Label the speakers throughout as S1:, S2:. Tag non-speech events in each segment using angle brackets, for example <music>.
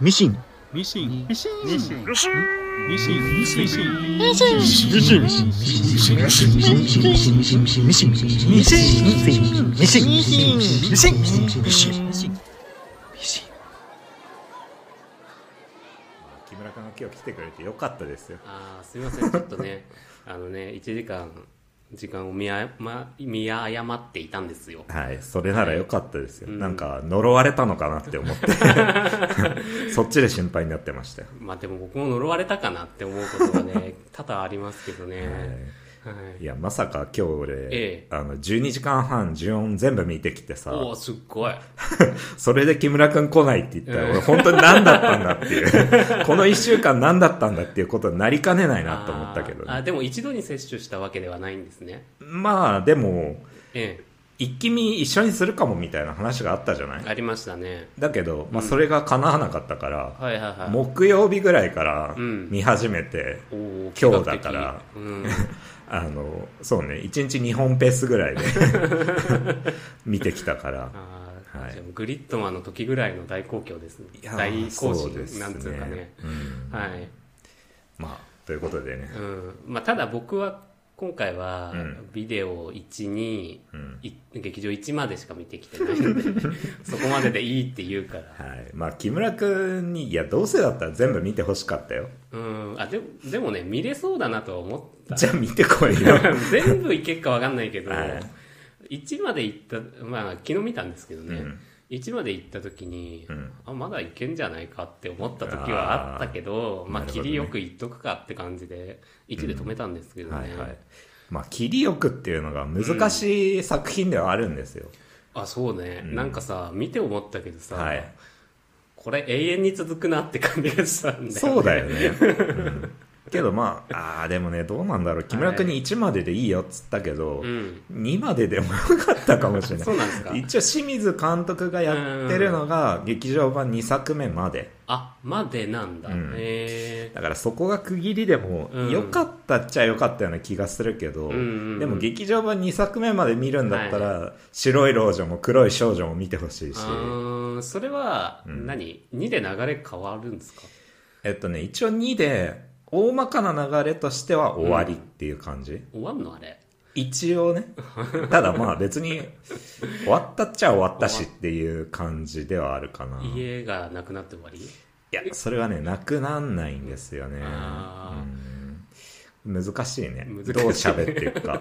S1: ミシン。
S2: ミシン。ミシン。
S3: ミシン。
S4: ミシン
S2: ミシン。ミシン。ミシン。
S5: ミシン
S1: ミシン。ミシン。ミシン。ミシン。ミシン。ミシン。ミシン。ミシン。ミシン。ミシン。ミシン。ミシン。ミシン。ミシン。ミシン。ミシン。
S3: 木村君が今日来てくれてよかったですよ。
S6: ああすいませんちょっとね <laughs> あのね1時間時間を見あ、ま、見誤っていたんですよ
S3: はい、それならよかったですよ。
S6: うん
S3: なんか、呪われたのかなって思 <laughs> って、そっちで心配になってましたよ。
S6: まあでも僕も呪われたかなって思うことが
S3: <laughs>
S6: ね多々ありますけどねはい
S3: いや、まさか今日俺、
S6: え
S3: あの、12時間半、順音全部見てきてさ、
S6: おおすっごい
S3: それで木村くん来ないって言ったら、
S6: うん
S3: 俺本当に何だったんだって <laughs> いう、この1週間何だったんだっていうことになりかねないなと思ったけど
S6: あーあ
S3: ね。
S6: でも一度に摂取したわけではないんですね
S3: まあ、でも、
S6: え
S3: 一気見一緒にするかもみたいな話があったじゃない
S6: えありましたね
S3: だけど、まあ、それが叶わなかったから、
S6: はいはいはい
S3: 木曜日ぐらいから
S6: うん
S3: 見始めて、
S6: おー
S3: 今日だから
S6: 比較的
S3: <laughs>
S6: うん
S3: あの、そうね、1日2本ペースぐ
S6: <laughs>
S3: らいで見てきたから、
S6: あー
S3: はい
S6: じゃあグリッドマンの時ぐらいの大好況ですね
S3: いやー
S6: <laughs> 大行
S3: そ
S6: 進
S3: うです
S6: なんつうかね
S3: うん
S6: はい
S3: まあ、ということでね、
S6: うんまあ、ただ僕は今回は
S3: うん
S6: ビデオ1に、
S3: うん
S6: い劇場1までしか見てきてないので <laughs> そこまででいいって言うから、
S3: はい。まあ、木村くんに、いや、どうせだったら全部見てほしかったよ。
S6: うん、あでもでもね見れそうだなとは思った
S3: じゃあ見てこ
S6: <laughs>
S3: いよ。
S6: 全部いけっかわかんないけど、
S3: はい
S6: 1まで行ったまあ昨日見たんですけどね、
S3: うん
S6: 1まで行った時に、
S3: うん
S6: あまだいけんじゃないかって思った時はあったけど
S3: あー
S6: まあ
S3: なるほどね
S6: 切りよくいっとくかって感じで1で止めたんですけどね、
S3: はいはい。まあ、切りよくっていうのが難しい作品ではあるんですよ。
S6: あそうね、
S3: うん
S6: なんかさ見て思ったけどさ、
S3: はい
S6: これ永遠に続くなって感じがしたんだよね
S3: そうだよ
S6: <laughs>
S3: ね。うんけどまあ、ああー、でもね、どうなんだろう。木村くんに1まででいいよっつったけど、
S6: うん
S3: 2まででもよかったかもしれない
S6: そう。なんですか
S3: 一応清水監督がやってるのが劇場版2作目まで
S6: あまでなんだ、
S3: うん
S6: へえ
S3: だからそこが区切りでも
S6: うん
S3: 良かったっちゃ良かったような気がするけど、
S6: うんうんうん
S3: でも劇場版2作目まで見るんだったら、白い老女も黒い少女も見てほしいし、
S6: あーそれは
S3: うん
S6: 何、2で流れ変わるんですか
S3: えっとね一応2で大まかな流れとしては終わりっていう感じ、
S6: 終わんのあれ
S3: 一応
S6: <laughs>
S3: ねただまあ別に終わったっちゃ終わったしっていう感じではあるかな
S6: 家がなくなって終わり
S3: いや、それはね、なくなんないんですよね。
S6: あ
S3: うん難しいね。
S6: 難しい
S3: どう喋っていくか。は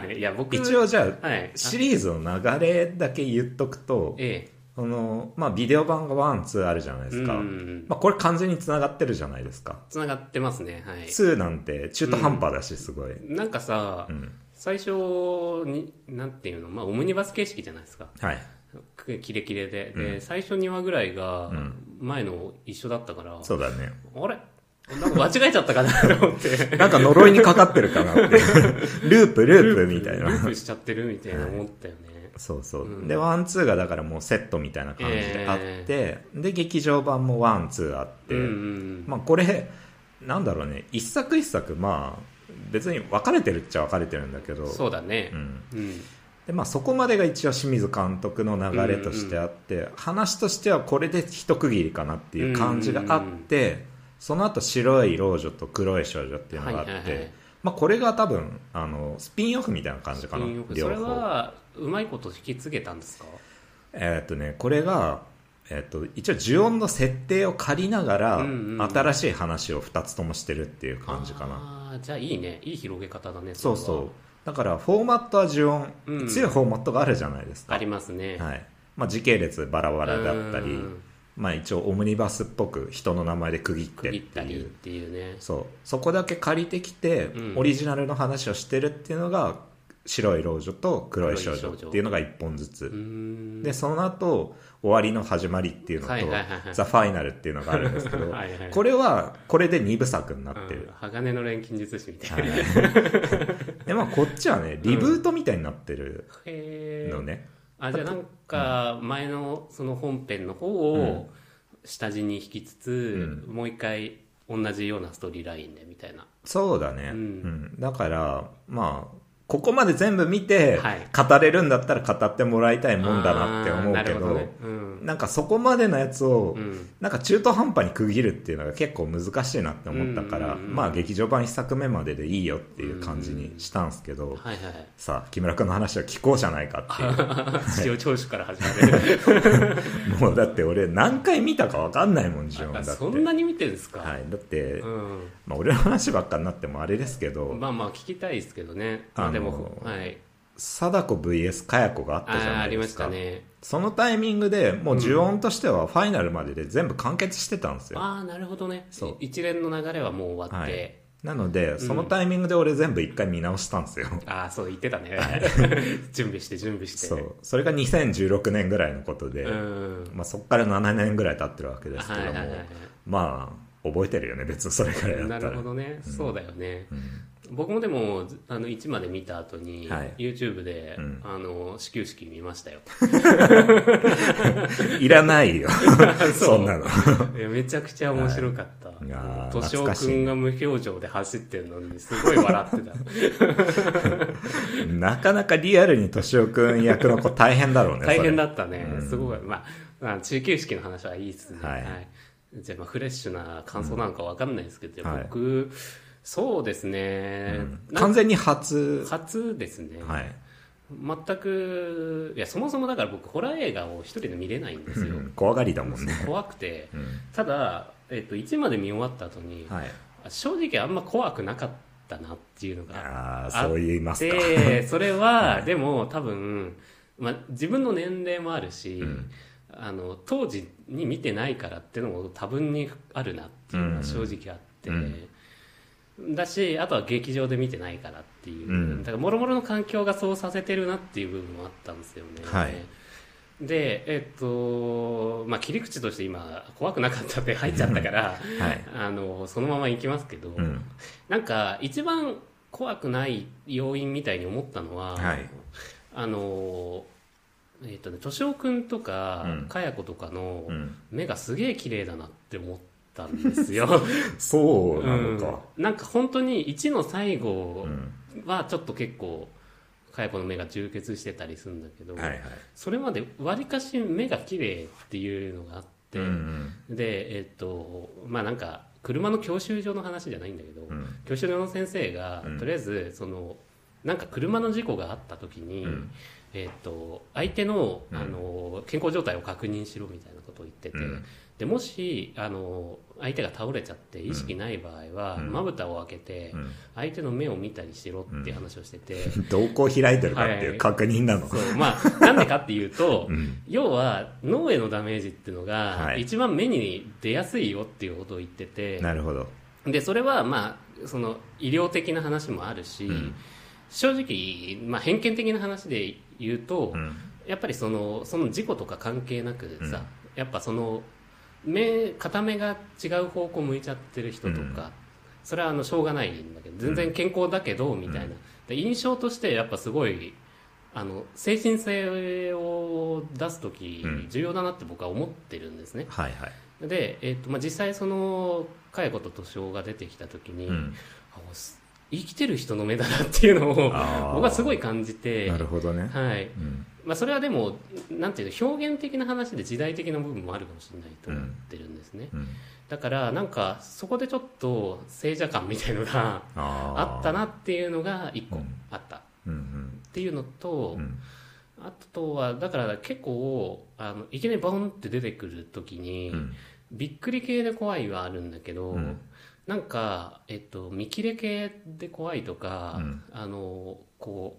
S3: い
S6: はいいや僕
S3: 一応じゃあ、
S6: はい
S3: シリーズの流れだけ言っとくと、
S6: え
S3: その、まあ、ビデオ版が1、2あるじゃない
S6: え
S3: ですか。
S6: うん
S3: まあ、これ完全に繋がってるじゃないですか。
S6: つながってますねはい
S3: 2なんて中途半端だし、すごい。
S6: なんかさ、
S3: うん
S6: 最初になんていうのまあオムニバス形式じゃないですか
S3: はい。
S6: くキレキレで、
S3: うん
S6: で最初2話ぐらいが
S3: ん
S6: 前の一緒だったから、
S3: そうだね。
S6: あれなんか間違えちゃったかなと思って
S3: なんか呪いにかかってるかな
S6: <laughs>
S3: っていう。ループ、ループ <laughs> みたい
S6: ルー
S3: な。
S6: プしちゃってるみたいな思ったよ
S3: <laughs>
S6: ね、
S3: そうそう。
S6: うん
S3: で、ワン、ツーがだからもうセットみたいな感じであって、で、劇場版もワン、ツーあって、
S6: うんうん
S3: まあこれ、なんだろうね、一作一作、まあ、別に分かれてるっちゃ分かれてるんだけど、
S6: そうだね
S3: うん。
S6: うん
S3: で、まあそこまでが一応清水監督の流れとしてあって、話としてはこれで一区切りかなっていう感じがあって、その後白い老女と黒い少女っていうのがあって、
S6: はいはいはい
S3: まあこれが多分、あの、スピンオフみたいな感じかな
S6: 金曜、日
S3: 両
S6: そ
S3: 方。
S6: れはうまいこと引き継げたんですか
S3: えーっとね、これが、えーっと、一応呪音の設定を借りながら、
S6: うんうんうん
S3: 新しい話を2つともしてるっていう感じかな。
S6: なじゃあいいねいい広げ方だね
S3: そう
S6: れは
S3: そう。だから、フォーマットは呪音、
S6: うん
S3: 強いフォーマットがあるじゃないですか。
S6: ありますね、
S3: はい。まあ、時系列バラバラだったり
S6: うん、
S3: まあ一応オムニバスっぽく人の名前で区切って
S6: 区
S3: っ
S6: 切った
S3: て
S6: り
S3: い
S6: っ
S3: う。
S6: ていうね
S3: そう。そこだけ借りてきて、
S6: うん
S3: オリジナルの話をしてるっていうのが、白い老女と黒い少女っていうのが1本ずつ。
S6: うーん
S3: でその後終わりの始まりっていうのと、
S6: はいはいはいはい
S3: ザ・ファイナルっていうのがあるんですけど
S6: はいはい
S3: これはこれで2部作になって
S6: うん
S3: る、
S6: 鋼の錬金術師みたいな、
S3: はいでまあこっちはねリブートみたいになってる
S6: へー
S3: のね、
S6: あじゃあなんか前のその本編の方を下地に引きつつ、もう一回同じようなストーリーラインでみたいな
S3: そうだね、
S6: う
S3: う
S6: ん
S3: んだからまあここまで全部見て
S6: はい、
S3: 語れるんだったら語ってもらいたいもんだなって思う
S6: あーな
S3: け
S6: るほ
S3: ど、
S6: ねうん
S3: なんかそこまでのやつを、
S6: うん
S3: なんか中途半端に区切るっていうのが結構難しいなって思ったから、
S6: うんうんうん
S3: まあ劇場版1作目まででいいよっていう感じにしたんですけど、
S6: はいはい
S3: さあ、木村君の話は聞こうじゃないかっていう。 <laughs>
S6: 資料聴取から始まる <laughs>
S3: もうだって俺何回見たかわかんないもん、ジオンだ
S6: あ
S3: って。
S6: <laughs> そんなに見てるんですか、
S3: はい、だって、
S6: うん
S3: まあ俺の話ばっかになってもあれですけど、
S6: まあまあ聞きたいですけどね、まあ、でも、
S3: あの
S6: はい
S3: 貞子 VS かや子があっ
S6: あ
S3: たじゃ
S6: ー
S3: な
S6: あ
S3: い
S6: り
S3: で
S6: ますし
S3: か。
S6: たね
S3: そのタイミングでもう呪音としてはファイナルまでで全部完結してたんですよ。
S6: ああなるほどね
S3: そう
S6: 一連の流れはもう終わっ
S3: は
S6: て、
S3: い。なので、そのタイミングで俺全部一回見直したんですよ。
S6: ああそう言ってたね <laughs> 準備して準備して
S3: そう。それが2016年ぐらいのことで、
S6: うん
S3: まあそっから7年ぐらい経ってるわけですけ
S6: は
S3: ど
S6: い
S3: も、
S6: はいはいはい
S3: まあ、覚えてるよね、別にそれからやった
S6: な
S3: ら。
S6: るほどね、そうだよね、僕もでもあの1まで見た後に、
S3: はい
S6: YouTube で、
S3: うん
S6: あの始球式見ましたよ
S3: いらない
S6: <laughs>
S3: よ。 <laughs> そんなの。
S6: いやめちゃくちゃ面白かった
S3: いいやー
S6: 敏
S3: 懐
S6: 夫
S3: かしい
S6: 君が無表情で走ってるのにすごい笑
S3: <laughs>
S6: ってた
S3: なかなかリアルに敏夫くん役の子大変だろうね。
S6: 大変だ
S3: っ
S6: ったね、
S3: うん
S6: すごいまあまあ中級式の話はいいですね、
S3: はい
S6: じゃあまあフレッシュな感想なんかわかんないですけど、
S3: うんはい
S6: 僕、そうですね、なん
S3: 完全に初。
S6: 初ですね、
S3: はい。
S6: 全くいやそもそもだから僕ホラー映画を一人で見れないんです
S3: う
S6: よ、
S3: ん怖がりだもんね。
S6: 怖くて、
S3: ん
S6: ただ、えっと1まで見終わった後に、
S3: はい。
S6: 正直あんま怖くなかったなっていうのが
S3: あ
S6: あ
S3: あ、そう言いますか。 <laughs>
S6: でそれは、
S3: はい
S6: でも多分、まあ、自分の年齢もあるし、
S3: うん
S6: あの当時に見てないからっていうのも多分にあるなっていうのが正直あって、
S3: うん
S6: だしあとは劇場で見てないからっていう、
S3: うん
S6: だからもろもろの環境がそうさせてるなっていう部分もあったんですよね。
S3: はい
S6: でえっとまあ、切り口として今怖くなかったって入っちゃったから、
S3: はい
S6: あのそのまま行きますけど、
S3: うん。
S6: なんか一番怖くない要因みたいに思ったのは、
S3: はい。
S6: あのえっ、とね敏夫君とか、
S3: うん
S6: かや子とかの
S3: うん
S6: 目がすげえ綺麗だなって思ったんですよ、
S3: <laughs> そう
S6: う
S3: なの
S6: ん
S3: か。、
S6: なんか本当に1の最
S3: う
S6: 後
S3: ん。
S6: はちょっと結構かや子の目が充血してたりするんだけど、
S3: はいはい。
S6: それまでわりかし目が綺麗っていうのがあって、
S3: うんうん
S6: でえっ、とまあなんか車の教習所の話じゃないんだけど、
S3: うん
S6: 教習所の先生が、
S3: うん
S6: とりあえずそのなんか車の事故があった時に、
S3: うん
S6: えっと相手の,、
S3: うん
S6: あの健康状態を確認しろみたいなことを言ってて、
S3: うん
S6: でもしあの相手が倒れちゃって意識ない場合は
S3: うん
S6: まぶたを開けて、
S3: うん
S6: 相手の目を見たりしろっていう話をしてて、
S3: どこ開いてるかっていう確認なの。
S6: そうまあ、なんでかっていうと、
S3: <laughs> うん
S6: 要は脳へのダメージっていうの
S3: は
S6: が
S3: い
S6: 一番目に出やすいよっていうことを言ってて、
S3: なるほど。
S6: でそれはまあその医療的な話もあるし、
S3: うん
S6: 正直、まあ、偏見的な話で言うと、
S3: うん
S6: やっぱりそのその事故とか関係なくさ、やっぱその目片目が違う方向向いちゃってる人とか、
S3: うん
S6: それはあのしょうがないんだけど全然健康だけど、みたいなで印象としてやっぱすごいあの精神性を出す時、
S3: うん
S6: 重要だなって僕は思ってるんですね。
S3: はいはい。
S6: で、えっとまあ、実際その佳代子と敏夫が出てきた時に、
S3: うん
S6: あす生きてる人の目だなっていうのを
S3: あー
S6: 僕はすごい感じて
S3: なるほどね。
S6: はい
S3: うん
S6: まあ、それはでもなんていうの表現的な話で時代的な部分もあるかもしれないと思ってるんですね、
S3: うん
S6: だからなんかそこでちょっと静者感みたいのが
S3: あー
S6: あったなっていうのが1個
S3: うん
S6: あったっ
S3: うん
S6: ていうのと、
S3: うんうん
S6: あとはだから結構あのいきなりボンって出てくる時に、
S3: うん
S6: びっくり系で怖いはあるんだけど、
S3: うん
S6: なんか、えっと、見切れ系で怖いとか、
S3: うん
S6: あのこ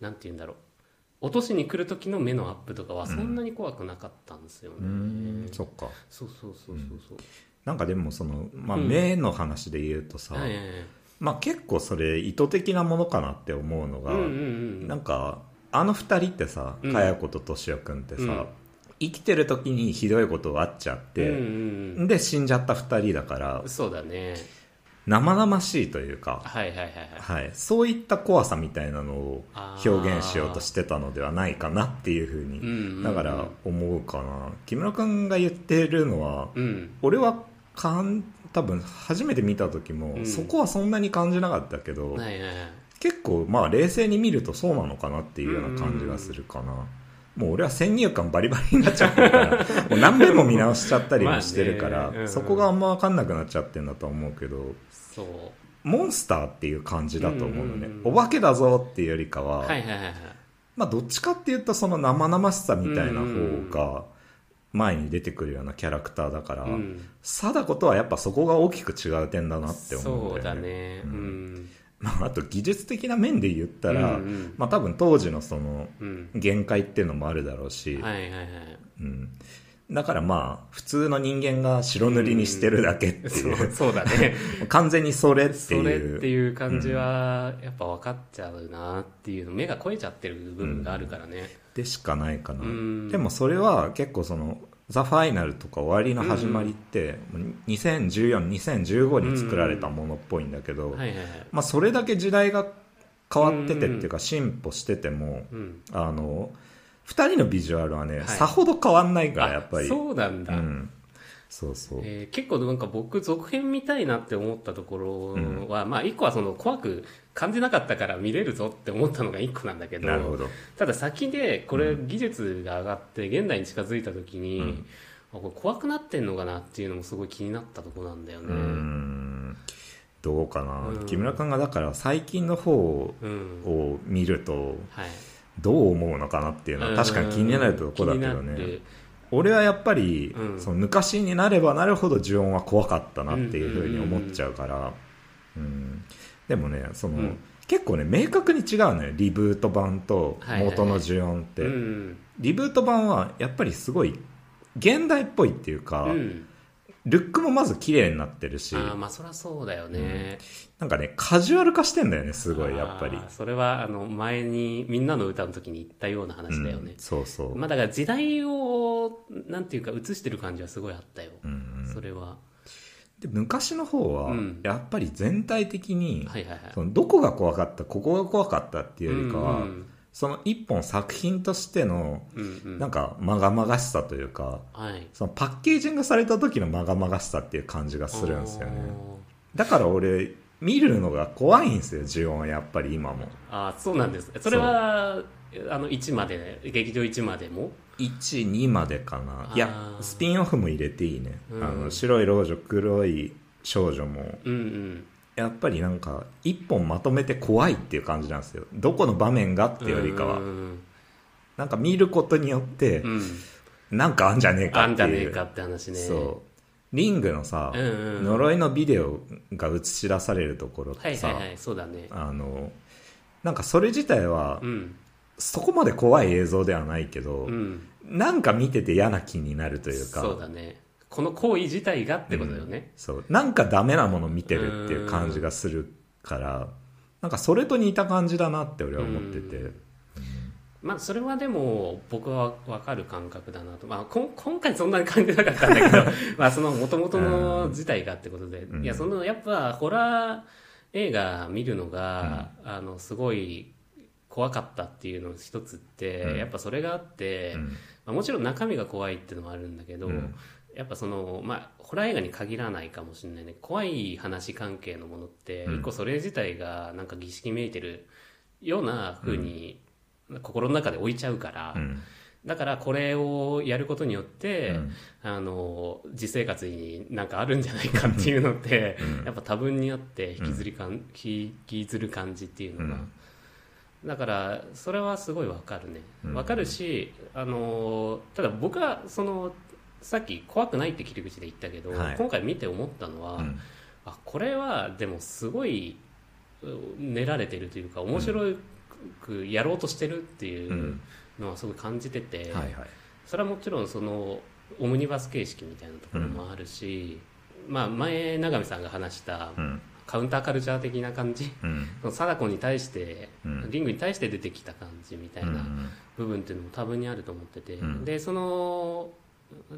S6: うなんて言うんだろう落としに来る時の目のアップとかはそんなに怖くなかったんですよね、
S3: うんそっか。
S6: そうそうそうそうそう
S3: なんかでもその、まあ、
S6: うん
S3: 目の話で言うとさ、
S6: はいはいはい
S3: まあ、結構それ意図的なものかなって思うの
S6: う
S3: が、
S6: んうんう
S3: なん
S6: ん
S3: かあの二人ってさ
S6: うん
S3: かや子と敏夫君ってさ、
S6: うん
S3: 生きてる時にひどいことあっちゃっ
S6: うん
S3: て、
S6: うんうん
S3: で死んじゃった二人だから
S6: そうだね
S3: 生々しいというか、
S6: はいはいはいはい
S3: はい、そういった怖さみたいなのを表現しようとしてたのではないかなっていうふうに、
S6: うんうんうん
S3: だから思うかな木村君が言ってるのは、
S6: うん
S3: 俺はかん多分初めて見た時も、
S6: うん
S3: そこはそんなに感じなかったけど、
S6: はいはいはい
S3: 結構まあ冷静に見るとそうなのかなっていうような感じがするかな、もう俺は先入観バリバリになっちゃってるから
S6: <laughs>
S3: もう何遍も見直しちゃったりもしてるから、
S6: まあねうん
S3: そこがあんま分かんなくなっちゃってんだと思うけど
S6: そう
S3: モンスターっていう感じだと思うのね、
S6: うんうんうん
S3: お化けだぞっていうよりかは、
S6: はいはいはいはい
S3: まあどっちかっていうとその生々しさみたいな方が前に出てくるようなキャラクターだから、
S6: うん
S3: 貞子とはやっぱそこが大きく違う点だなって思
S6: そううん
S3: だよ
S6: だ
S3: ね。
S6: ねう
S3: うん
S6: ん
S3: まあ、あと技術的な面で言ったら、
S6: うんうん
S3: まあ多分当時のその
S6: うん
S3: 限界っていうのもあるだろうし、
S6: はいはいはい
S3: うん、だからまあ普通の人間が白塗りにしてるだけって
S6: そ
S3: いう
S6: う、 <laughs> そうだね
S3: 完全にそれって
S6: それ
S3: いう
S6: っていう感じはやっぱ分かっちゃうなっていうの目が超えちゃってる部分があるからね
S3: でしかないかな、
S6: うん
S3: でもそれは結構その「ザ・ファイナルとか「終わりの始まり」って20142015に作られたものっぽいんだけど、
S6: はいはいはい
S3: まあ、それだけ時代が変わっててって
S6: うん
S3: いうか進歩してても、
S6: うん
S3: あの2人のビジュアルはね、
S6: い
S3: さほど変わんないからやっぱ
S6: あ
S3: り
S6: そうなん
S3: う
S6: だ
S3: ん、そうそう、
S6: えー結構なんか僕続編見たいなって思ったところは、まあ一個はその怖く感じなかったから見れるぞって思ったのが一個なんだけど
S3: なるほど
S6: ただ先でこれ技術が上がって現代に近づいた時に、
S3: うん
S6: あこれ怖くなってんのかなっていうのもすごい気になったとこなんだよね。
S3: うーんどうかな、
S6: うん
S3: 木村君がだから最近の方
S6: うん
S3: を見ると
S6: はい、
S3: どう思うのかなっていうのは確かに気になるところだけど
S6: うん気にな
S3: ね
S6: る
S3: 俺はやっぱり、
S6: うん
S3: その昔になればなるほど呪音は怖かったなっていうふうに思っちゃうから、うんでもねその、
S6: うん
S3: 結構ね明確に違うのよリブート版と元の呪音って、
S6: うん
S3: リブート版はやっぱりすごい現代っぽいっていうか、
S6: うん、
S3: ルックもまず綺麗になってるし
S6: ああまあそりゃそうだよね、
S3: なんかねカジュアル化してんだよねすごいやっぱり
S6: あーそれはあの前に「みんなの歌」の時に言ったような話だよね、
S3: うんそうそう、
S6: まあだから時代をなんていうか映してる感じはすごいあったよ、
S3: うんうん
S6: それは
S3: で昔の方は
S6: うん
S3: やっぱり全体的に、
S6: はいはいはい
S3: そのどこが怖かったここが怖かったっていうよりかは、
S6: うん
S3: その一本作品としての
S6: うんうんうん
S3: なんかまがまがしさというか
S6: はい
S3: そのパッケージングされた時のまがまがしさっていう感じがするんですよねだから俺見るのが怖いんですよ呪音はやっぱり今も
S6: あーあーそうなんですそれはあの1まで劇場1までも
S3: 12までかな
S6: あー
S3: いやスピンオフも入れていいね、
S6: うん
S3: あの白い老女黒い少女も
S6: うんうん
S3: やっぱりなんか一本まとめて怖いっていう感じなんですよどこの場面がっていうよりかは
S6: うん
S3: なんか見ることによって
S6: うん
S3: なんかあんじゃねえか
S6: あ
S3: っていうん
S6: じゃねえかって話ね
S3: そうリングのさ、
S6: うんうん
S3: 呪いのビデオが映し出されるところっ
S6: は
S3: て
S6: い
S3: さ、
S6: はいはいそうだね
S3: あのなんかそれ自体は
S6: うん
S3: そこまで怖い映像ではないけど、
S6: うん
S3: なんか見てて嫌な気になるというか
S6: そうだねこの行為自体がってことだよね、
S3: そうなんかダメなもの見てるっていう感じがするからなんかそれと似た感じだなって俺は思ってて
S6: うんまあそれはでも僕は分かる感覚だなと、まあ、こん今回そんなに感じなかったんだ
S3: <laughs>
S6: けどまあその元々の事態がってことで、
S3: ん
S6: いやそのやっぱホラー映画見るのが、あのすごい怖かったっていうのの一つって、
S3: うん
S6: やっぱそれがあって、
S3: うん
S6: まあ、もちろん中身が怖いっていうのもあるんだけど、
S3: うん
S6: やっぱその、まあ、ホラー映画に限らないかもしれないね怖い話関係のものって
S3: うん
S6: 一個それ自体がなんか儀式めいてるような風に心の中で置いちゃうから、
S3: うん
S6: だからこれをやることによって、
S3: うん
S6: あの自生活になんかあるんじゃないかっていうのって、やっぱ多分にあって引きずりかん、引きずる感じっていうのが、だからそれはすごいわかるね
S3: うん
S6: わかるし、あのただ僕はそのさっき怖くないって切り口で言ったけど、
S3: はい
S6: 今回見て思ったのは、
S3: うん
S6: あこれはでもすごいう練られてるというか面白くやろうとしてるっていううんのはすごい感じてて、
S3: はいはい
S6: それはもちろんそのオムニバス形式みたいなところもあるし、まあ、前永見さんが話した
S3: うん
S6: カウンターカルチャー的な感じ、
S3: うん
S6: その貞子に対して、
S3: うん
S6: リングに対して出てきた感じみたいうなん部分っていうのも多分にあると思ってて、
S3: うん
S6: でその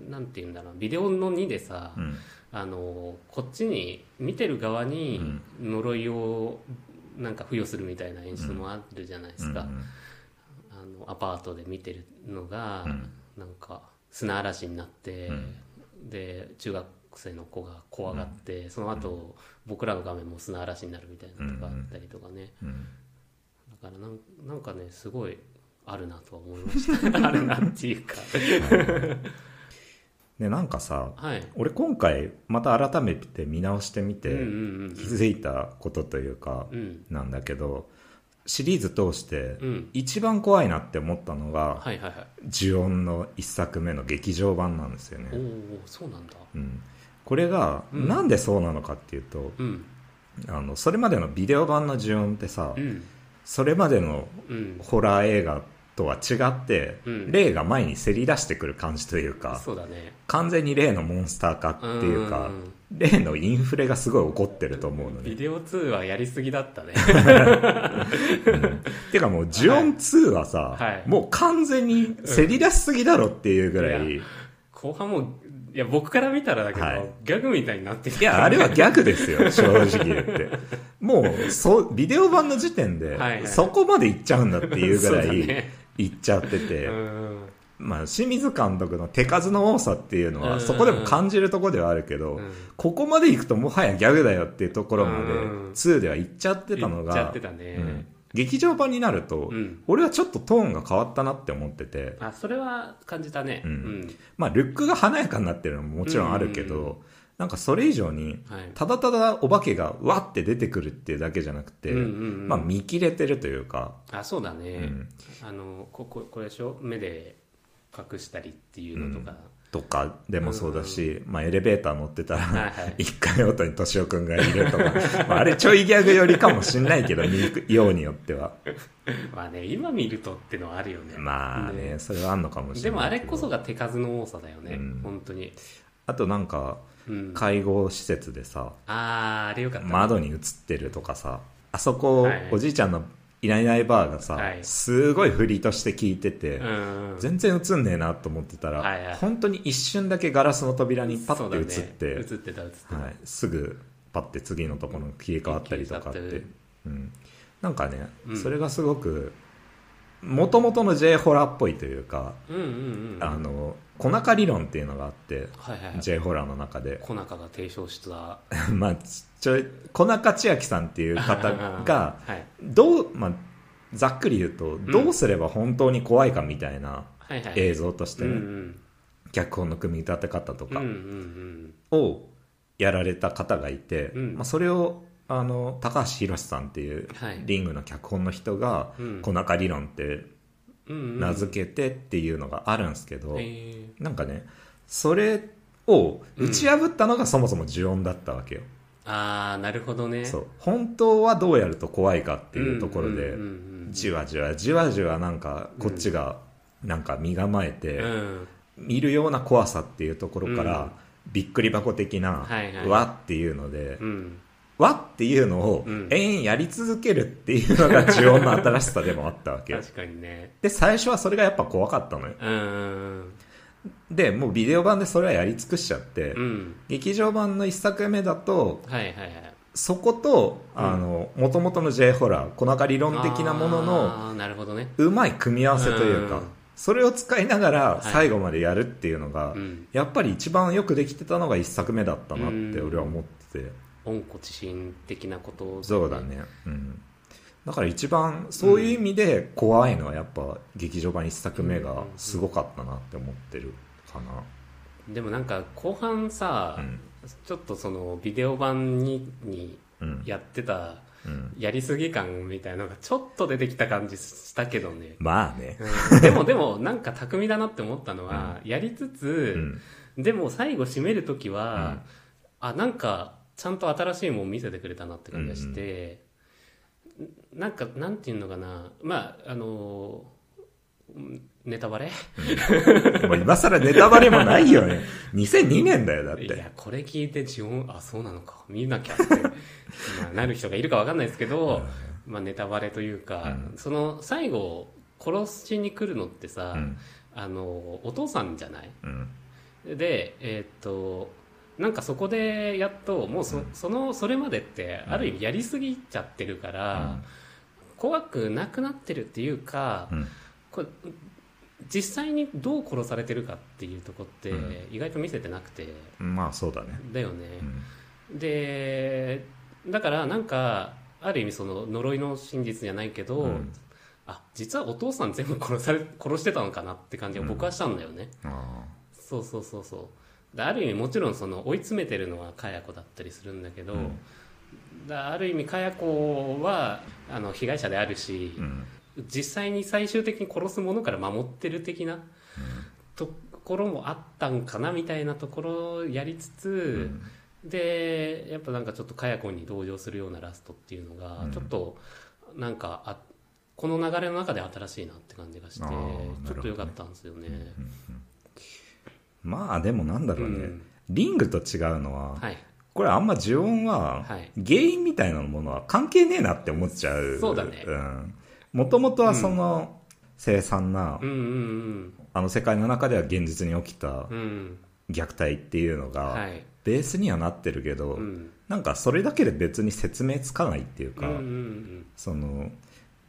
S6: なんて言うんだろうビデオの2でさ、
S3: うん
S6: あのこっちに見てる側に呪いをなんか付与するみたいな演出もあるじゃないですか、
S3: うん
S6: あのアパートで見てるのが、
S3: うん
S6: なんか砂嵐になって、で中学生の子が怖がって、その後、僕らの画面も砂嵐になるみたいなのとかあったりとかね、
S3: うん
S6: からなんなんかねすごいあるなとは思いまし
S3: <laughs>
S6: たあるなっていうか
S3: でなんかさ
S6: はい
S3: 俺今回また改めて見直してみて
S6: うんうん
S3: 気づいたことというか
S6: うんうん
S3: なんだけどシリーズ通して
S6: うん
S3: 一番怖いなって思ったのが
S6: はいはいはい
S3: 呪音の一作目の劇場版なんですよ
S6: お
S3: ね、
S6: おそうなんだ
S3: うん、これが
S6: うん
S3: なんでそうなのかっていうと
S6: うん
S3: あのそれまでのビデオ版の呪音ってさ
S6: うん
S3: それまでの
S6: うん
S3: ホラー映画とは違って
S6: うん
S3: 霊が前にせり出してくる感じというか
S6: そうだね
S3: 完全に霊のモンスター化っていうか
S6: ん
S3: 例のインフレがすごい起こってると思うのね。
S6: ビデオ2はやりすぎだったね <laughs>
S3: てかもう、ジオン2はさ、
S6: はい
S3: もう完全にせり出しすぎだろっていうぐらい、
S6: うんい
S3: い
S6: 後半もいや僕から見たらだけど、
S3: はい
S6: ギャグみたいになってる
S3: や、あれは
S6: <laughs>
S3: ギャグですよ、正直言って。もう、そう、ビデオ版の時点で、
S6: はいはい
S3: そこまでいっちゃうんだっていうぐら
S6: <laughs> そうだ
S3: い
S6: ね、
S3: いっちゃってて、
S6: うん
S3: まあ、清水監督の手数の多さっていうの
S6: うん
S3: は、そこでも感じるとこではあるけど、
S6: うん
S3: ここまで行くともはやギャグだよっていうところまで
S6: うん、
S3: 2では行っちゃってたのが、
S6: いっちゃってたね
S3: うん劇場版になると、
S6: うん
S3: 俺はちょっとトーンが変わったなって思ってて、
S6: あそれは感じたね
S3: う
S6: うんん、
S3: まあ、ルックが華やかになってるのももちろんあるけど、
S6: うん
S3: なんかそれ以上に、
S6: はい
S3: ただただお化けがわって出てくるっていうだけじゃなくて、
S6: うんうんうん
S3: まあ、見切れてるというか、
S6: あそうだね、
S3: うん
S6: あのこここれでしょ目で隠したりっていうのとか、
S3: とかでもそうだし、まあ、エレベーター乗ってた
S6: はいは
S3: ら、
S6: い
S3: 一回音に敏夫くんがいるとか、まあ、あれちょいギャグよりかもしんないけど、見るようによっては。
S6: まあね今見るとってのはあるよね
S3: まあね、それはあんのかもし
S6: で
S3: れ
S6: も
S3: な
S6: あ
S3: いけ
S6: れ
S3: ど。
S6: こそが手数の多さだよね、
S3: うん
S6: 本当に、
S3: あとなんか、
S6: うん、あ
S3: 介護施設でさ、
S6: あーあれよかったね、
S3: 窓に映ってるとかさあそこ、
S6: はい
S3: おじいちゃんのいないいないバーがさ、
S6: はい
S3: すごいフリーとして聞いてて、
S6: うん
S3: 全然映んねえなと思ってたら、
S6: はいはい
S3: 本当に一瞬だけガラスの扉にパッて映っ
S6: そうだ
S3: て、
S6: ね、映ってた映ってた、
S3: はい、すぐパッて次のところに切り替わったりとかって、
S6: 切り替わって
S3: うん、なんかね、
S6: うん
S3: それがすごくもともとの J ホラーっぽいというか、
S6: うんうんうん
S3: あの小中理論っていうのがあって
S6: はいはいはい
S3: J ホラーの中で
S6: 小中が提唱した
S3: <laughs> まあ、ちちょい小中千秋さんっていう方が
S6: <laughs> はい、
S3: どう、まあ、ざっくり言うとどうすれば本当に怖いかみたいな
S6: はいはい
S3: 映像として
S6: うん
S3: ね、
S6: うん
S3: 脚本の組み立て方と
S6: うんう
S3: か
S6: ん
S3: をやられた方がいて、
S6: うん
S3: まあ、それをあの高橋宏さんっていう
S6: はい
S3: リングの脚本の人が
S6: うん
S3: 小中理論って
S6: うんうん
S3: 名付けてっていうのがあるんですけど、
S6: えー
S3: なんかねそれを打ち破ったのがそもそも呪音だったわけよ。
S6: ああなるほどね
S3: そう本当はどうやると怖いかっていうところ
S6: う
S3: で
S6: んうんうんうん
S3: じわじわじわじわなんかこっちがなんか身構えて
S6: うん
S3: 見るような怖さっていうところか
S6: うん
S3: らびっくり箱的な
S6: はいはい
S3: わっていうので
S6: うん
S3: わっていうのを
S6: うん
S3: 延々やり続けるっていうのが呪音の新しさでもあったわけよ
S6: 確かにね
S3: で最初はそれがやっぱ怖かったのよ
S6: うんうん
S3: でもうビデオ版でそれはやり尽くしちゃって
S6: うんうん
S3: 劇場版の1作目だと
S6: はいはいはい
S3: そこと、あの、元々の J ホラー、小中理論的なものの、
S6: あーなるほどね
S3: うまい組み合わせというか、
S6: うん
S3: それを使いながら
S6: い
S3: 最後までやるっていうのが、
S6: うん
S3: やっぱり一番よくできてたのが一作目だったなって
S6: うん
S3: 俺は思ってて、
S6: 温故知新的なことを
S3: そうだね。うん。だから一番、そういう意味で怖いのはやっぱ劇場版一作目がすごかったなって思ってるかな。
S6: でもなんか後半さ、
S3: うん
S6: ちょっとそのビデオ版にに
S3: うん。
S6: やってた
S3: うん、
S6: やりすぎ感みたいなのがちょっと出てきた感じしたけど
S3: <laughs>
S6: ね、
S3: まあね。
S6: うんでもでもなんか巧みだなって思ったのは、やりつつ
S3: う、ん。
S6: でも最後締める時は、あなんかちゃんと新しいもん見せてくれたなって感じがして、んなんかなんていうのかなまああのーネタバレ
S3: もう今更ネタバレもないよね。2002年だよ、だっ
S6: い
S3: て
S6: や。これ聞いて自分あそうなのか見なきゃ <laughs> ってまあなる人がいるかわかんないですけど、まあ、ネタバレというか、その最後殺しに来るのってさ、
S3: うん。
S6: あのお父さんじゃない
S3: うん。
S6: でえーっとなんかそこでやっともうそ,、そのそれまでってある意味やりすぎちゃってるから、怖くなくなってるっていうか、
S3: うん。
S6: これ実際にどう殺されてるかっていうとこって
S3: う
S6: 意外と見せてなくて、
S3: まあそうだね。
S6: だよね、
S3: うん
S6: でだからなんかあある意味その呪いの真実じゃないけど、
S3: ん
S6: あ実はお父さん全部殺され殺してたのかなって感じが僕はしたんだよね、
S3: あ
S6: そうそうそうそうである意味もちろんその追い詰めてるのはかや子だったりするんだけど、だある意味かや子はあの被害者であるし、
S3: ーうん
S6: 実際に最終的に殺すものから守ってる的なところもあったんかなみたいなところをやりつつ、でやっぱなんかちょっとかや子に同情するようなラストっていうのが、
S3: うん
S6: ちょっとなんかあこの流れの中で新しいなって感じがして
S3: あーなるほどね
S6: ちょっと良かったんですよね。
S3: まあでもなんだろうね、
S6: うん
S3: リングと違うのは、
S6: はい
S3: これあんま呪音は
S6: はい
S3: 原因みたいなものは関係ねえなって思っちゃう
S6: そうだね
S3: ん、もともとはその凄惨な、
S6: うんうん
S3: あの世界の中では現実に起きた
S6: うんうん
S3: 虐待っていうの
S6: は
S3: が
S6: い
S3: ベースにはなってるけど、
S6: うん
S3: なんかそれだけで別に説明つかないっていう
S6: う
S3: か、
S6: んうん
S3: その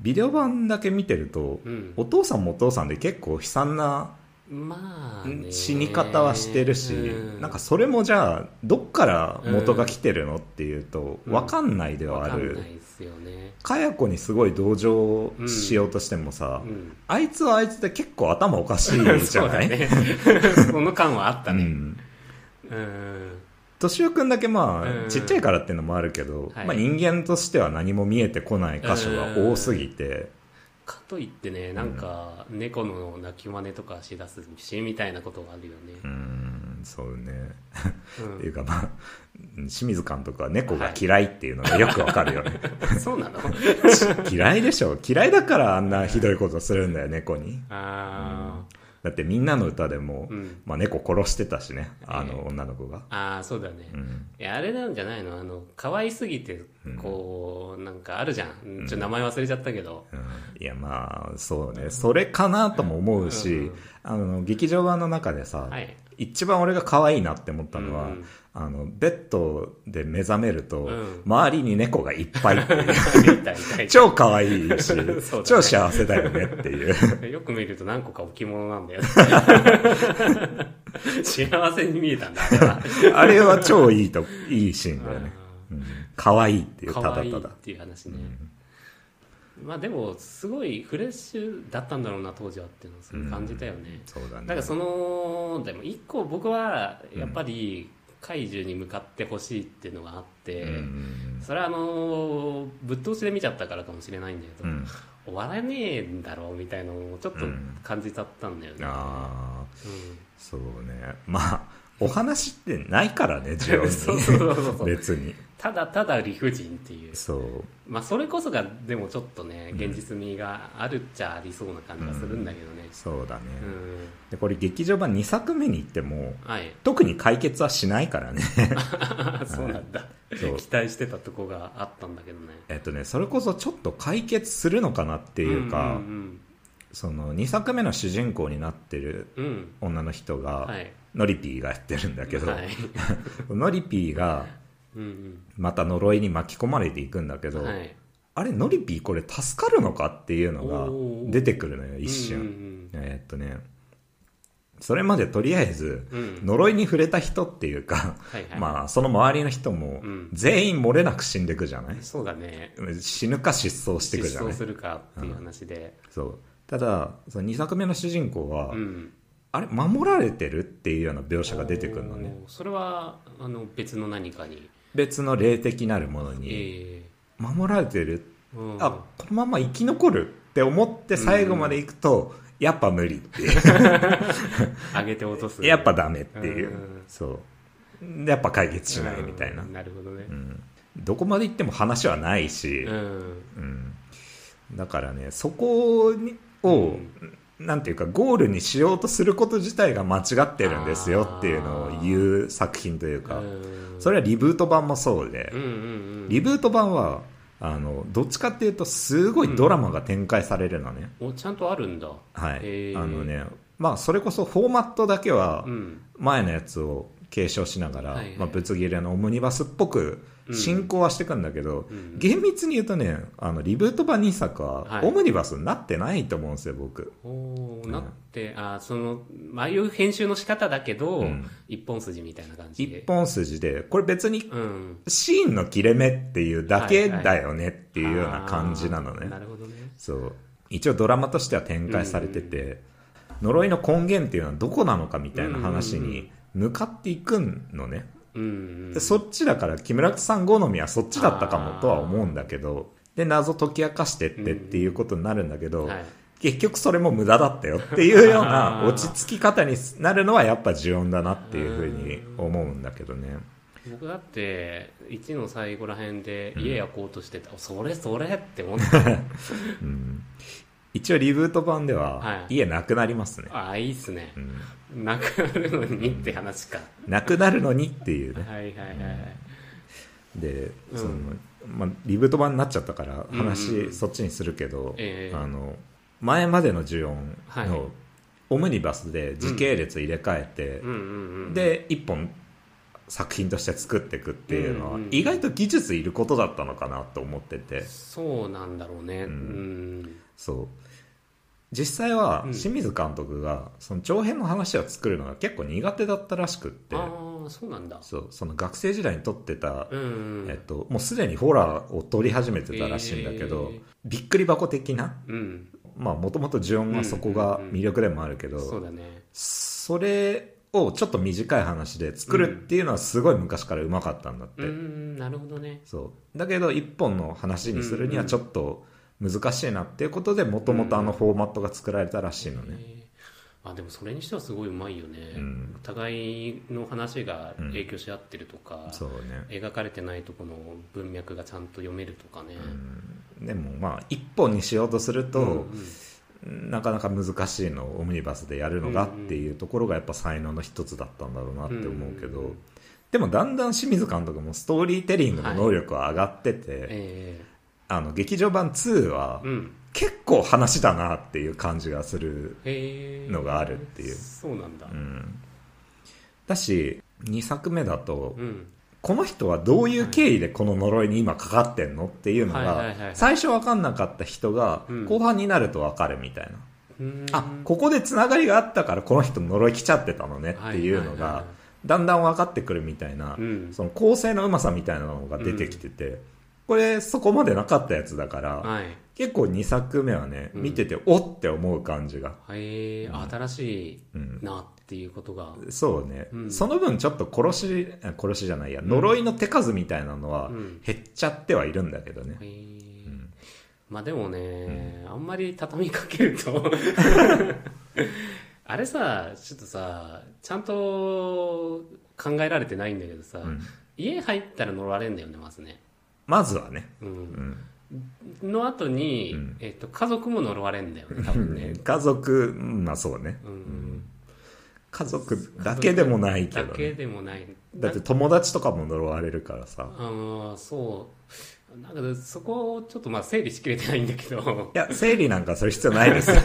S3: ビデオ版だけ見てると、
S6: うん
S3: お父さんもお父さんで結構悲惨な
S6: うんまあね
S3: 死に方はしてるし、
S6: う
S3: なんかそれもじゃあどっから元が来てるのっていうと
S6: うん
S3: 分かんないではあ
S6: わ
S3: る、
S6: かんないですよね
S3: かや子にすごい同情しようとしてもさ、
S6: うん
S3: あいつはあいつで結構頭おかしいじ
S6: そ
S3: ゃ
S6: う
S3: な
S6: だ
S3: い、
S6: ねその感はあった
S3: う
S6: ね
S3: ん
S6: うん
S3: 敏夫君だけまあ、
S6: うん
S3: ちっちゃいからっていうのもあるけど、
S6: はい
S3: まあ、人間としては何も見えてこない箇所が多すぎて、
S6: かといってねなんか猫の鳴き真似とかしだすしみたいなことがあるよね
S3: うーんそうね、
S6: うん
S3: っていうかまあ清水監督は猫が嫌いっていうのがよくわかるよ
S6: <laughs>
S3: ね、
S6: そうなの
S3: 嫌いでしょ嫌いだからあんなひどいことするんだよ猫に
S6: あ
S3: だってみんなの歌でも、
S6: ーうん
S3: まあ、猫殺してたしねあ
S6: ええ
S3: の女の子が、
S6: あーそうだね
S3: うん
S6: いやあれなんじゃないのあの可愛すぎてこうなんかあるじゃんちょっと名前忘れちゃったけど
S3: うんいやまあそうねそれかなとも思うし、
S6: うん
S3: あの劇場版の中でさ、
S6: はい
S3: <laughs> 一番俺が可愛いなって思ったのは、
S6: うん
S3: あのベッドで目覚めると、
S6: ん
S3: 周りに猫がいっぱいっていう
S6: 見た見
S3: <laughs>
S6: た
S3: 超可愛いし、
S6: そうだね
S3: 超幸せだよねっていう
S6: よく見ると何個か置物なん
S3: <laughs>
S6: だよね。幸せに見えたんだ、あれは。
S3: あれは超いいといいシーンだよね、うん可愛いっていうただ
S6: 可愛い
S3: た
S6: っ
S3: だ
S6: ていう話ね。まあでも、すごいフレッシュだったんだろうな、当時はっていうのをすごい感じたよね。
S3: そうだね
S6: なんかその、でも一個僕は、やっぱり、怪獣に向かってほしいっていうのがあって、
S3: うん
S6: それはあのーぶっ通しで見ちゃったからかもしれないんだけ
S3: う
S6: ど、
S3: ん
S6: 終わらねえんだろうみたいなのをちょっと感じちゃったんだよね。
S3: ああ
S6: うん
S3: そうねまあお話ってないからね需要に
S6: <laughs> そうそうそうそう
S3: 別に
S6: ただただ理不尽っていう、
S3: そう
S6: まあ、それこそがでもちょっとね現実味があるっちゃありそうな感じがするんだけどね
S3: そうだね、
S6: うん、
S3: でこれ劇場版2作目に行っても
S6: はい <laughs>
S3: 特に解決はしないからね <laughs>
S6: そうなんだ
S3: そう
S6: 期待してたとこがあったんだけどね
S3: えっとねそれこそちょっと解決するのかなっていうか、
S6: ん
S3: その2作目の主人公になってる
S6: うん、うんうん
S3: 女の人が、
S6: はい
S3: ノリピーがやってるんだけど、
S6: はい、
S3: ノリピーが
S6: うん
S3: また呪いに巻き込まれていくんだけ
S6: う
S3: ど、
S6: んはい、
S3: あれノリピーこれ助かるのかっていうの
S6: お
S3: が
S6: ー
S3: 出てくるのよ一瞬、
S6: うん
S3: えーっとね、それまでとりあえず、
S6: うんうん、うん
S3: 呪いに触れた人っていうか、
S6: はいはい
S3: まあ、その周りの人も
S6: うん、
S3: 全員漏れなく死んでくじゃない、
S6: そうだね
S3: 死ぬか失踪してくじ
S6: 失
S3: ゃな
S6: 踪
S3: い
S6: するかっていう話で、
S3: そう。ただ、その2作目の主人公は、
S6: うん
S3: あれ、守られてるっていうような描写が出てくるのね。
S6: おーそれはあの別の何かに、
S3: 別の霊的なるもの
S6: え
S3: に、
S6: え
S3: 守られてる。
S6: うん、
S3: あ、このまま生き残るって思って最後まで行くと、やっぱ無理っていう。
S6: 上げて落とす
S3: やっぱダメっていう。
S6: うん
S3: そう。でやっぱ解決しないみたいな。
S6: うんなるほどね
S3: うんどこまで行っても話はないし、
S6: う
S3: うん
S6: ん
S3: だからねそこにを、なんていうかゴールにしようとすること自体が間違ってるんですよっていうのを言う作品というか、
S6: うん
S3: それはリブート版もそうで、
S6: うんうん
S3: リブート版はあのどっちかっていうとすごいドラマが展開されるのね、
S6: うんおちゃんとあるんだ
S3: はい
S6: へー
S3: あのねまあそれこそフォーマットだけは
S6: うん
S3: 前のやつを継承しながら、
S6: はいはい
S3: まあ、ぶつ切れのオムニバスっぽく進行はしていくんだけど、
S6: うん
S3: 厳密に言うとねあのリブート版2作
S6: は
S3: はいオムニバスになってないと思うんですよ僕、
S6: おーなって、あーその、まああいう編集の仕方だけど、
S3: うん
S6: 一本筋みたいな感じで。
S3: 一本筋でこれ別に
S6: うん。
S3: シーンの切れ目っていうだけだよねっていうような感じなの
S6: あー
S3: ね
S6: なるほどね。
S3: そう一応ドラマとしては展開されてて、呪いの根源っていうのはどこなのかみたいな話に向かっていくのね、
S6: うんうん。
S3: でそっちだから木村さん好みはそっちだったかもとは思うんだけどで謎解き明かしてってっていうことになるんだけど、
S6: はい。
S3: 結局それも無駄だったよっていうような
S6: <laughs> あー
S3: 落ち着き方になるのはやっぱ呪音だなっていうふうに思うんだけどね
S6: 僕だって、1の最後ら辺で家焼こうとしてた、それそれって思った。
S3: 一応リブート版では
S6: はい
S3: 家なくなりますね、
S6: ああ、いいっすね
S3: う。ん
S6: なくなるのにって話か。
S3: なくなるのにっていうね
S6: はいはいはい。
S3: で、
S6: うん
S3: そのまあ、リブート版になっちゃったから
S6: うんうんう
S3: 話
S6: ん
S3: そっちにするけど、
S6: ええ
S3: あの前までの呪音
S6: はい
S3: のオムニバスで時系列入れ替えて、
S6: うんうんうん。、
S3: で一本作品として作っていくっていうのは、
S6: うんうん
S3: 意外と技術いることだったのかなと思ってて
S6: そうなんだろうね。
S3: う
S6: うんん。
S3: そう実際は
S6: うん
S3: 清水監督がその長編の話を作るのが結構苦手だったらしくって、
S6: ああ、そうなんだ。
S3: そうその学生時代に撮ってた
S6: うんうん。
S3: えっと、もうすでにホラーを撮り始めてたらしいんだけど、
S6: えー
S3: びっくり箱的な
S6: うん。
S3: まあもともと呪音はそこが魅力でもあるけど、
S6: そうだね。
S3: それをちょっと短い話で作るっていうのはすごい昔からうまかったんだって、
S6: うーん、なるほどね。
S3: そうだけど一本の話にするにはちょっと難しいなっていうことでもともとあのフォーマットが作られたらしいのね、
S6: えーあでもそれにしてはすごいうまいよね、
S3: うん
S6: お互いの話が影響し合ってるとか、
S3: そうね
S6: 描かれてないとこの文脈がちゃんと読めるとかね、
S3: でもまあ一本にしようとすると、
S6: うんうん
S3: なかなか難しいのをオムニバスでやるのがっていうところがやっぱ才能の一つだったんだろうなって思うけど、
S6: うん
S3: でもだんだん清水監督もストーリーテリングの能力は上がってて、
S6: え
S3: あの劇場版2は
S6: ーうん
S3: 結構話だなっていう感じがする、
S6: えー
S3: のがあるっていう
S6: そうなんだ、う
S3: うんん、だし2作目だとこの人はどういう経緯でこの呪いに今かかってんのっていうの
S6: はいはいはいは
S3: が
S6: い
S3: 最初分かんなかった人が
S6: うん
S3: 後半になると分かるみたいな。
S6: うーん
S3: あここでつながりがあったからこの人呪い来ちゃってたのねっていうの
S6: はいはいはいは
S3: がだんだん分かってくるみたいな、
S6: うん
S3: その構成のうまさみたいなのが出てきてて、これそこまでなかったやつだから、
S6: はい
S3: 結構2作目はね
S6: うん
S3: 見てておって思う感じが、
S6: えー
S3: うん
S6: 新しい
S3: うん
S6: なっていうことが、
S3: そうね、
S6: うん
S3: その分ちょっと殺しあ殺しじゃないや呪いの手数みたいなのは
S6: うん
S3: 減っちゃってはいるんだけどね、
S6: えー
S3: うん
S6: まあでもね、あんまり畳みかけると <laughs> あれさちょっとさちゃんと考えられてないんだけどさ、
S3: ん
S6: 家入ったら呪われんだよねまずね、
S3: まずはね、
S6: う、
S3: うんん
S6: の後に、
S3: うん
S6: えっと家族も呪われんだよね多分ね
S3: 家族うんまあそうね
S6: うん
S3: 家族だけでもないけ
S6: だ
S3: ど、
S6: け
S3: ね、
S6: でもない
S3: だって友達とかも呪われるからさ
S6: ああそうなんかそこをちょっとまあ整理しきれてないんだけ
S3: <laughs>
S6: ど
S3: いや生理なんかする必要ないですよ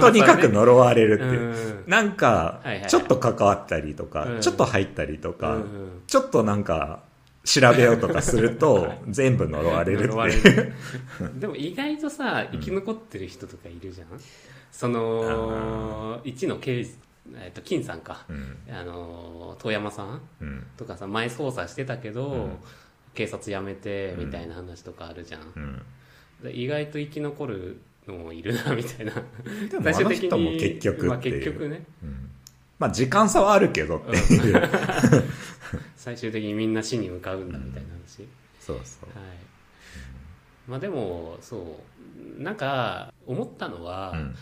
S3: とにかく呪われるって
S6: う
S3: いう、
S6: ん
S3: なんか
S6: はいはい
S3: ちょっと関わったりとか、
S6: うん
S3: ちょっと入ったりとか、
S6: うん
S3: ちょっとなんか調べようとかすると全部呪われるって
S6: 呪われ
S3: いう
S6: るでも意外とさ生き残ってる人とかいるじゃん、その1の刑事、えっと金さんか、
S3: うん
S6: あの遠山さん
S3: うん
S6: とかさ前捜査してたけど、
S3: うん
S6: 警察辞めて
S3: うん
S6: みたいな話とかあるじゃん
S3: う、ん
S6: で意外と生き残るのもいるなみたいな
S3: でもあの人も結局
S6: まあ、
S3: ってい
S6: 結
S3: う、
S6: 局ね
S3: うんまあ時間差はあるけどっていう、
S6: 最終的にみんな死に向かうんだみたいな話、
S3: そうそう
S6: はい、まあでもそうなんか思ったのは、
S3: うん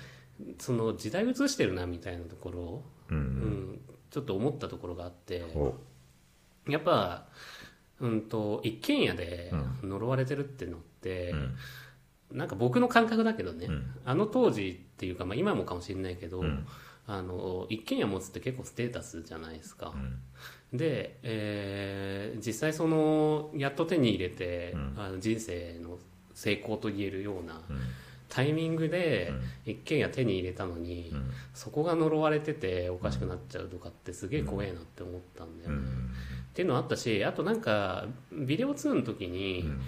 S6: その時代移してるなみたいなところを、
S3: うんう
S6: うん
S3: ん
S6: ちょっと思ったところがあって
S3: お
S6: やっぱ、うん、と一軒家で
S3: う
S6: 呪われてるってのって、
S3: うん
S6: なんか僕の感覚だけどね、
S3: うん
S6: あの当時っていうか、まあ、今もかもしれないけど、
S3: うん
S6: あの一軒家持つって結構ステータスじゃないですか
S3: う、ん
S6: で、えー実際そのやっと手に入れて、
S3: うん
S6: あの人生の成功と言えるような
S3: うん
S6: タイミングで
S3: うん
S6: 一軒家手に入れたのに、
S3: うん
S6: そこが呪われてておかしくなっちゃうとかってすげえ怖えなって思ったんだよ
S3: う
S6: ね、っ
S3: ん
S6: ていうのあったしあとなんかビデオ2の時
S3: う
S6: に、
S3: ん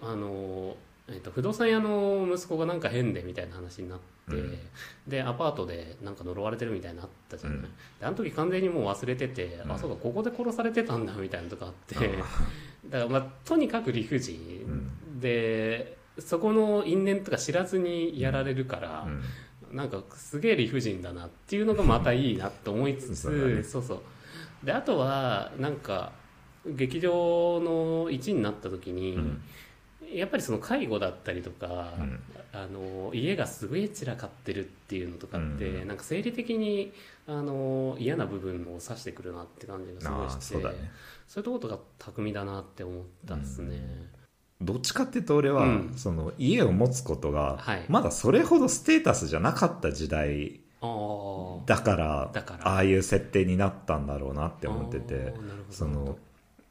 S6: あのえっと不動産屋の息子がなんか変でみたいな話になって、
S3: うん
S6: でアパートでなんか呪われてるみたいなのあったじゃない、
S3: うん
S6: であの時完全にもう忘れてて、
S3: う
S6: あ
S3: ん
S6: そうかここで殺されてたんだみたいなのとかあって、
S3: あ
S6: <laughs> だからまあとにかく理不尽、
S3: ん
S6: でそこの因縁とか知らずにやられるから、
S3: うん
S6: なんかすげえ理不尽だなっていうのがまたいいなと思いつつ
S3: そ
S6: そう
S3: だ
S6: う,、
S3: ね
S6: そうであとはなんか劇場の1になった時に、
S3: うん
S6: やっぱりその介護だったりとか、
S3: うん
S6: あの家がすごい散らかってるっていうのとかって、
S3: うん
S6: なんか生理的にあの嫌な部分を指してくるなって感じがすごい
S3: ああ
S6: して
S3: そうだね
S6: そういうところとか巧みだなって思ったんですね、
S3: どっちかっていうと俺は、
S6: うん
S3: その家を持つことが、
S6: はい
S3: まだそれほどステータスじゃなかった時代
S6: ああ
S3: だから
S6: だから
S3: ああいう設定になったんだろうなって思って
S6: あーな
S3: て
S6: るほど
S3: その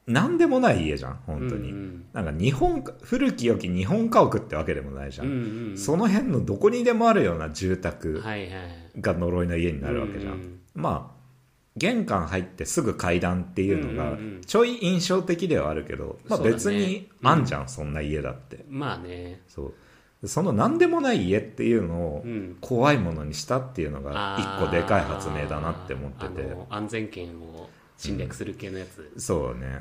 S3: 何でもない家じゃん本当に、
S6: うんうん
S3: なんか日本家古き良き日本家屋ってわけでもないじゃん、
S6: うんうんうん
S3: その辺のどこにでもあるような住宅
S6: はいはい
S3: が呪いの家になるわけじゃん、
S6: うんうん
S3: まあ玄関入ってすぐ階段っていうの
S6: うん
S3: が
S6: うんうん
S3: ちょい印象的ではあるけど、まあ、
S6: そうだね
S3: 別にあんじゃん、そんな家だって
S6: まあね
S3: そうでその何でもない家っていうのを
S6: うん
S3: 怖いものにしたっていうのが
S6: あ
S3: 一
S6: ー
S3: 個でかい発明だなって思ってて
S6: あの安全圏を侵略する系のやつ、
S3: そうね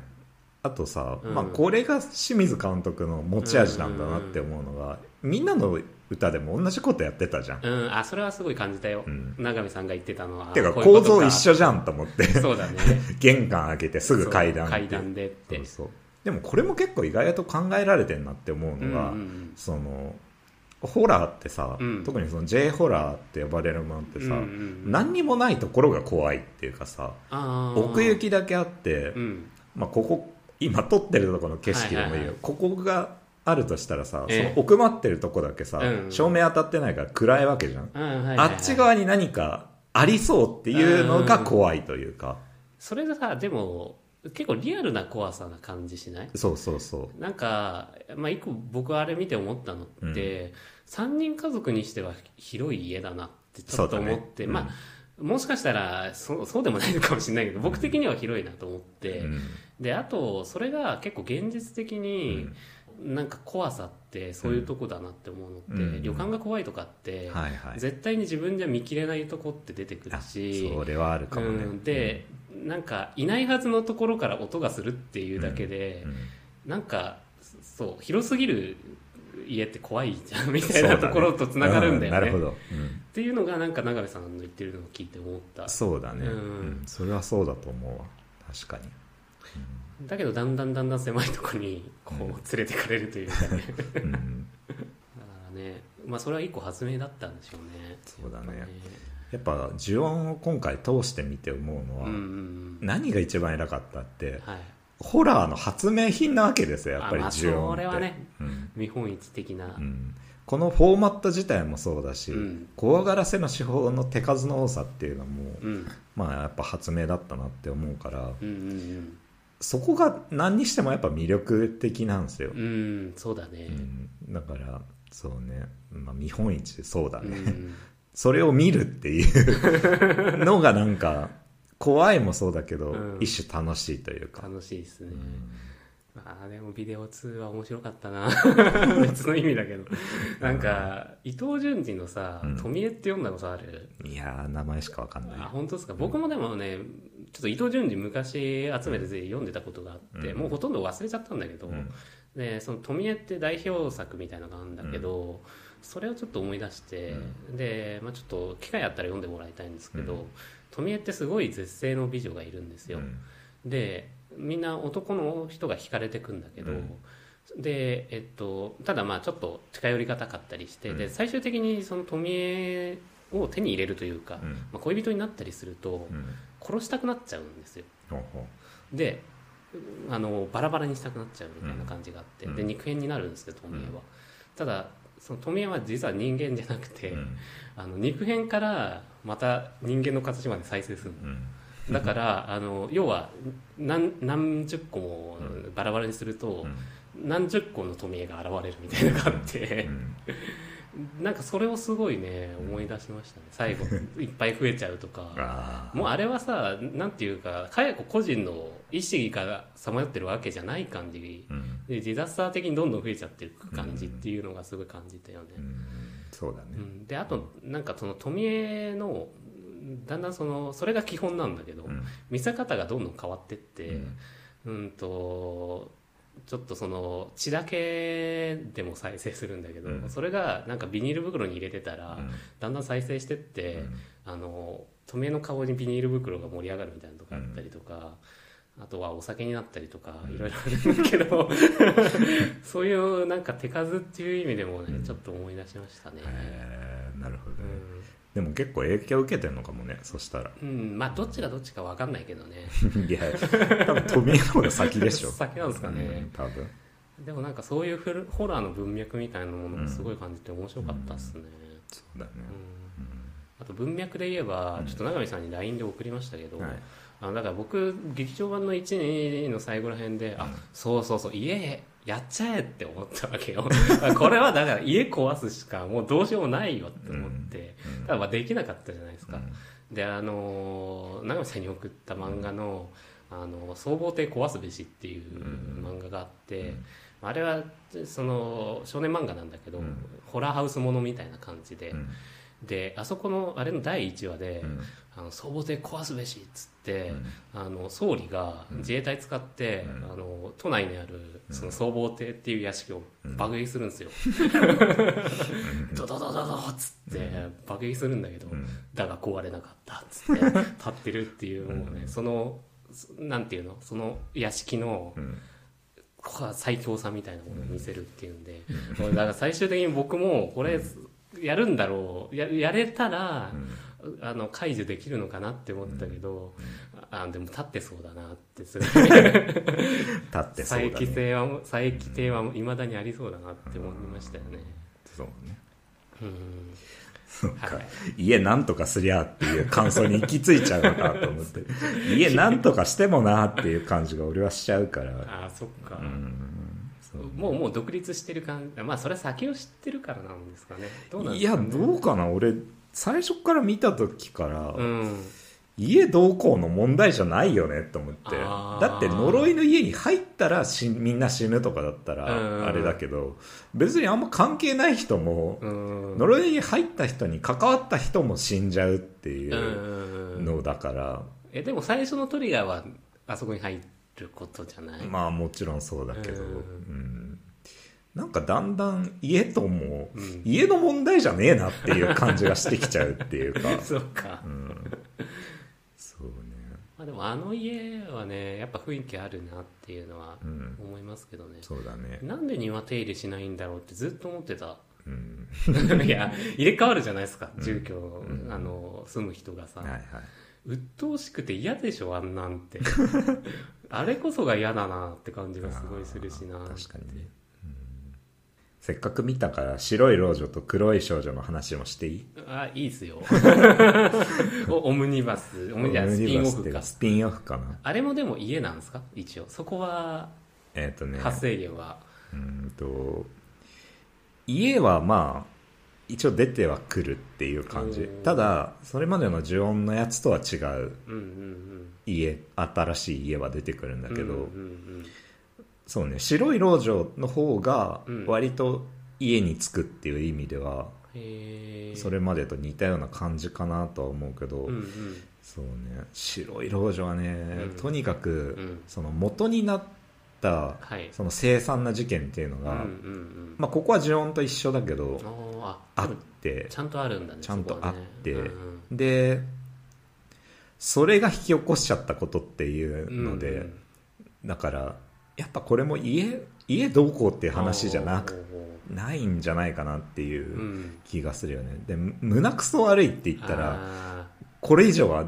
S3: あとさ、
S6: うん
S3: まあ、これが清水監督の持ち味なんだなって思うのが、みんなの歌でも同じことやってたじゃん、
S6: うんあそれはすごい感じたよ、
S3: うん
S6: 永見さんが言ってたのは
S3: てか
S6: こういう
S3: 構
S6: ことか
S3: 造一緒じゃんと思って <laughs>
S6: そうだね
S3: 玄関開けてすぐ階段
S6: そう
S3: って
S6: 階段でって
S3: そうそうでもこれも結構意外と考えられてんなって思うのが、
S6: うんうん
S3: そのホラーってさ、
S6: うん
S3: 特にその J ホラーって呼ばれるものって
S6: うんう
S3: さ、
S6: ん
S3: 何にもないところが怖いっていうかさ
S6: あー
S3: 奥行きだけあって、
S6: うん
S3: まあ、ここ今撮ってるとこの景色でもいいよ、
S6: はいはいはい
S3: ここがあるとしたらさ、
S6: ええ
S3: その奥まってるとこだけさ、
S6: うん
S3: 照明当たってないから暗いわけじゃん、
S6: うんはいはいはい
S3: あっち側に何かありそうっていうのが怖いというか、
S6: それがさでも結構リアルな怖さな感じしない
S3: そうそうそう
S6: なんか、まあ、一個僕あれ見て思ったのって、三3人家族にしては広い家だなってちょっと思っ
S3: そうだね
S6: て、
S3: うん
S6: まあもしかしたらそそうでもないのかもしれないけど僕的には広いなと思って、
S3: うん
S6: であとそれが結構現実的になんか怖さってそういうとこだなって思うのって、
S3: うん
S6: 旅館が怖いとかって、
S3: はいはい
S6: 絶対に自分じゃ見切れないとこって出てくる
S3: あ
S6: し
S3: それはあるかもね、
S6: うん、で、なんかいないはずのところから音がするっていうだけで、
S3: うん
S6: なんかそう広すぎる家って怖いじゃんみた
S3: そう
S6: い
S3: だね
S6: なところとつながるんだよね。
S3: うなるほど、うん
S6: っていうのがなんか長部さんの言ってるのを聞いて思った
S3: そうだね、
S6: うん
S3: うんそれはそうだと思うわ確かに
S6: だけどだんだんだんだん狭いとこにこう
S3: うん
S6: 連れてかれるというかねだか
S3: うん
S6: らねまあそれは一個発明だったんでしょうね
S3: そうだねやっぱ呪音を今回通してみて思うの
S6: う
S3: は、
S6: んうんうん
S3: 何が一番偉かったって、
S6: はい
S3: ホラーの発明品なわけですよやっぱり
S6: あまあ
S3: 呪音って、
S6: それはね
S3: うん
S6: 見本市的な、
S3: うんこのフォーマット自体もそうだし、
S6: うん
S3: 怖がらせの手法の手数の多さっていうのも、
S6: うん、
S3: まあやっぱ発明だったなって思うから
S6: うんうん
S3: そこが何にしてもやっぱ魅力的なんですよ、
S6: うんうんそうだね、
S3: うんだからそうね、まあ、見本市そうだ
S6: う
S3: ね、
S6: ん、
S3: それを見るっていう
S6: <laughs>
S3: のがなんか怖いもそうだけど、
S6: うん
S3: 一種楽しいというか、
S6: 楽しいですね、
S3: うん
S6: まあでもビデオ2は面白かった
S3: <laughs>
S6: な別の意味だけどなんか伊藤潤二のさ
S3: うん
S6: 「富江」って読んだことある、
S3: いやー名前しかわかんない
S6: あ本当ですか僕もでもねちょっと伊藤潤二昔集めてぜひ読んでたことがあって、
S3: うん
S6: もうほとんど忘れちゃったんだけど、
S3: うん
S6: でその富江って代表作みたいなのがあるんだけど、それをちょっと思い出して、で、まあ、ちょっと機会あったら読んでもらいたいんですけど、
S3: うん
S6: 富江ってすごい絶世の美女がいるんですよ、
S3: うん
S6: でみんな男の人が惹かれてくんだけど、
S3: うん
S6: でえっと、ただまあちょっと近寄りがたかったりして、
S3: うん
S6: で最終的にその富江を手に入れるというか、
S3: うん
S6: まあ、恋人になったりすると、
S3: うん
S6: 殺したくなっちゃうんですよ
S3: ほうほ
S6: であのバラバラにしたくなっちゃうみたいな感じがあって、
S3: うん
S6: で肉片になるんですけど富江は、ただその富江は実は人間じゃなくて、
S3: ううん
S6: あの肉片からまた人間の形まで再生するの
S3: うん <laughs>
S6: だからあの要は何何十個も
S3: うん
S6: バラバラにすると、
S3: うん
S6: 何十個の富江が現れるみたいなのがあって、
S3: うん
S6: なんかそれをすごいね思い出しましたね
S3: <laughs>
S6: 最後いっぱい増えちゃうとか
S3: あ
S6: もうあれはさなんていうか佳子個人の意識がさまよってるわけじゃない感じ
S3: ーうん
S6: でディザスター的にどんどん増えちゃってる感じっていうのがすごい感じたよね、
S3: うんそうだ
S6: う
S3: ね
S6: ん、であとなんかその富江のだんだんそのそれが基本なんだけど、
S3: うん
S6: 見せ方がどんどん変わってって、
S3: うん
S6: うんとちょっとその血だけでも再生するんだけど、
S3: うん
S6: それがなんかビニール袋に入れてたら、
S3: うん
S6: だんだん再生してって、
S3: うん
S6: あの止めの顔にビニール袋が盛り上がるみたいなとこあったりとか、あとはお酒になったりとかいろいろあるんだけ
S3: <laughs>
S6: どそういうなんか手数っていう意味でもね、
S3: うん
S6: ちょっと思い出しましたね。
S3: えーなるほど
S6: う
S3: ね
S6: ん
S3: でも結構影響受けてんのかもねそ
S6: <laughs>
S3: したら
S6: うん、まあどっちがどっちかわかんないけどね
S3: いや多分富江の方が先で
S6: <laughs>
S3: しょ
S6: 先なんですかね
S3: うん多分
S6: でもなんかそういうフルホラーの文脈みたいなものもすごい感じて面白かったっすね、
S3: そうだね
S6: うんあと文脈で言えばちょっと永見さんに LINE で送りましたけど、
S3: はい
S6: あのだから僕劇場版の1 2の最後ら辺で、あそうそうそう家へやっちゃえって思った
S3: <laughs>
S6: わけよこれはだから家壊すしかもうどうしようもないよって思って、
S3: うん
S6: ただまあできなかったじゃないですか、であのー永見さんに送った漫画の「あの総合艇壊すべし」っていう漫画があって、あれはその少年漫画なんだけど、
S3: うん
S6: ホラーハウスものみたいな感じで、
S3: うん
S6: であそこのあれの第1話で「
S3: うん
S6: あの総合艇壊すべし」っつって、
S3: うん
S6: あの総理が自衛隊使って、
S3: うん
S6: あの都内にあるその総合艇っていう屋敷を爆撃するんですよ、ドドドドドっつって爆撃するんだけど、
S3: うん
S6: だが壊れなかったっ
S3: <laughs>
S6: つって立ってるっていうもうね、そのそなんていうのその屋敷の
S3: うん
S6: こう最強さみたいなものを見せるっていうんで、これだから最終的に僕もこれやるんだろうややれたら、あの解除できるのかなって思ったけど、あでも立ってそうだなってすごい
S3: 立ってそうだ
S6: 再
S3: ね
S6: 帰性は再帰性はいまだにありそうだなって思いましたよね。
S3: そうね
S6: うん
S3: そうか
S6: はい
S3: 家なんとかすりゃっていう感想に行き着いちゃうのかと思って
S6: <laughs>
S3: 家なんとかしてもなっていう感じが俺はしちゃうから
S6: ああそっか、
S3: うんそう
S6: もうもう独立してる感じまあそれは先を知ってるからなんですかねどうなん
S3: い
S6: です
S3: や
S6: かね
S3: どうかな俺最初から見た時から、
S6: うん
S3: 家どうこうの問題じゃないよねと思って
S6: あー
S3: だって呪いの家に入ったらしみんな死ぬとかだった
S6: うん
S3: らあれだけど別にあんま関係ない人も、
S6: うん
S3: 呪いに入った人に関わった人も死んじゃうっていううんのだから、
S6: えでも最初のトリガーはあそこに入ることじゃない、
S3: まあもちろんそうだけど、
S6: う
S3: うんんなんかだんだん家とも、
S6: うん
S3: 家の問題じゃねえなっていう感じがしてきちゃうっていう
S6: <laughs>
S3: か、
S6: そうか、
S3: うん、そうね、
S6: まあ、でもあの家はねやっぱ雰囲気あるなっていうのは
S3: うん、
S6: 思いますけどね、
S3: そうだね、
S6: なんで庭手入れしないんだろうってずっと思ってた
S3: うん、
S6: <laughs> いや入れ替わるじゃないですか住居、あの住む人がさ、
S3: はいはい、
S6: 鬱陶しくて嫌でしょあんなん
S3: <laughs>
S6: てあれこそが嫌だなって感じがすごいするしな
S3: 確かにね、うんせっかく見たから白い老女と黒い少女の話もしていい
S6: あいいっ
S3: <laughs>
S6: すよおオムニバスオムニバ
S3: オム
S6: ススピ
S3: ニ
S6: ン
S3: バ
S6: オ
S3: スって
S6: フ
S3: いう
S6: か
S3: スピンオフかな
S6: あれもでも家なんですか一応そこは
S3: えっ、とね
S6: 発生源は、
S3: うーんと家はまあ一応出てはくるっていう感
S6: お
S3: じ
S6: ー
S3: ただそれまでの呪音のやつとは違う
S6: うんうん
S3: 家新しい家は出てくるんだ
S6: うん
S3: けど、
S6: うんうん
S3: そうね白い老女の方が
S6: うん
S3: 割と家に着くっていう意味では、
S6: うん、へえ
S3: それまでと似たような感じかなとは思うけど、
S6: うんうん
S3: そうね白い老女はね、
S6: うん
S3: とにかく、
S6: うん
S3: その元になった
S6: はい
S3: その凄惨な事件っていうの
S6: うんう
S3: が、
S6: ん
S3: まあ、ここは呪音と一緒だけど、
S6: うんあー
S3: あ
S6: あ
S3: っ
S6: でも
S3: て
S6: ちゃんとあるんだね
S3: ちゃんと
S6: そこはね
S3: あって
S6: うんうん
S3: でそれが引き起こしちゃったことっていうので、
S6: うん
S3: だからやっぱこれも家家どうこうっていう話じゃな
S6: お
S3: く
S6: ーお
S3: ないんじゃないかなってい
S6: ーおーう
S3: ううん気がするよね、で胸くそ悪いって言ったら
S6: ら
S3: これ以上は、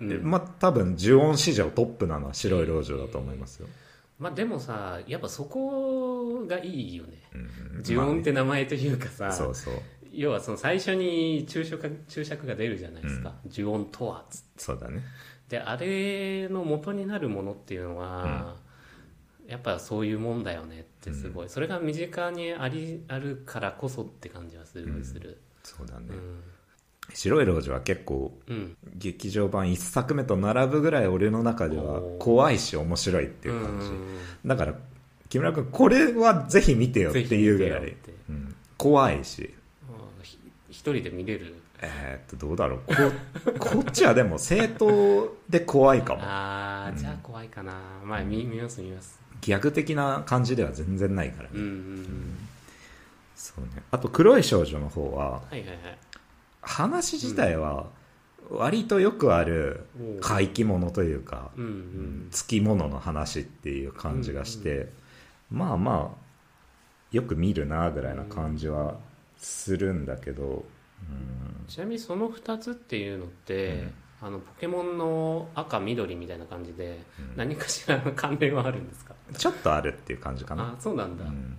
S6: うん
S3: まあ多分呪音史上トップなのは白い老女だと思いますよ、
S6: まあでもさやっぱそこがいいよね
S3: うん
S6: 呪音って名前というかさ、
S3: まあねそうそう
S6: 要はその最初に注釈が注釈が出るじゃないですか、呪音とはつ
S3: そうだね
S6: であれの元になるものっていうのは、やっぱそういうもんだよねってすごい、それが身近にありあるからこそって感じはすごいする
S3: そうだね、
S6: うん
S3: 白い老女は結構
S6: うん
S3: 劇場版1作目と並ぶぐらい俺の中では
S6: おー
S3: 怖いし面白いっていう感じ、
S6: う
S3: だから木村君これはぜひ見てよっていうぐら
S6: ぜ
S3: い
S6: ひ見てよって、
S3: うん、怖いし
S6: んひ一人で見れる
S3: えーっとどうだろうこ
S6: <laughs>
S3: こっちはでも正当で怖いかも
S6: ああ、じゃあ怖いかなまあ見見ます見ます
S3: ギャグ的な感じでは全然ないから、
S6: うんうんうん
S3: そうねあと黒い少女の方は
S6: はいはいはい
S3: 話自体は割とよくある怪奇物というか、
S6: うんうん
S3: つきものの話っていう感じがして、まあまあよく見るなぐらいな感じはするんだけど、うん
S6: ちなみにその2つっていうのって、
S3: うん
S6: あのポケモンの赤緑みたいな感じで、
S3: うん
S6: 何かしらの関連はあるんですか
S3: ちょっとあるっていう感じかな
S6: あそうなんだ、
S3: うん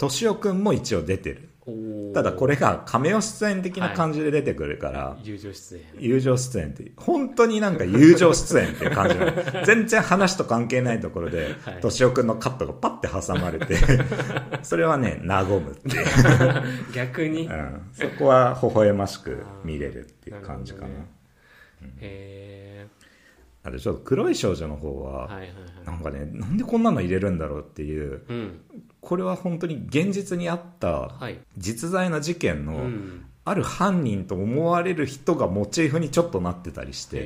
S3: 敏夫、くんも一応出てる
S6: おー
S3: ただこれが亀尾出演的な感じで出てくるから、
S6: 友情出演
S3: 友情出演って本当になんか友情出演っていう感じな
S6: <laughs>
S3: の全然話と関係ないところで
S6: はい
S3: 敏夫、くんのカットがパッて挟まれ
S6: <laughs>
S3: てそれはね和むっていう
S6: 逆に、
S3: う
S6: へ
S3: んそこは微笑ましく見れるっていう感じかな。
S6: なるほどねえ
S3: あとちょっと黒い少女の方は、
S6: はいはいはい
S3: なんかね、なんでこんなの入れるんだろうっていう、
S6: うん
S3: これは本当に現実にあった
S6: はい
S3: 実在の事件
S6: う
S3: の、
S6: ん
S3: ある犯人と思われる人がモチーフにちょっとなってたりして、
S6: へ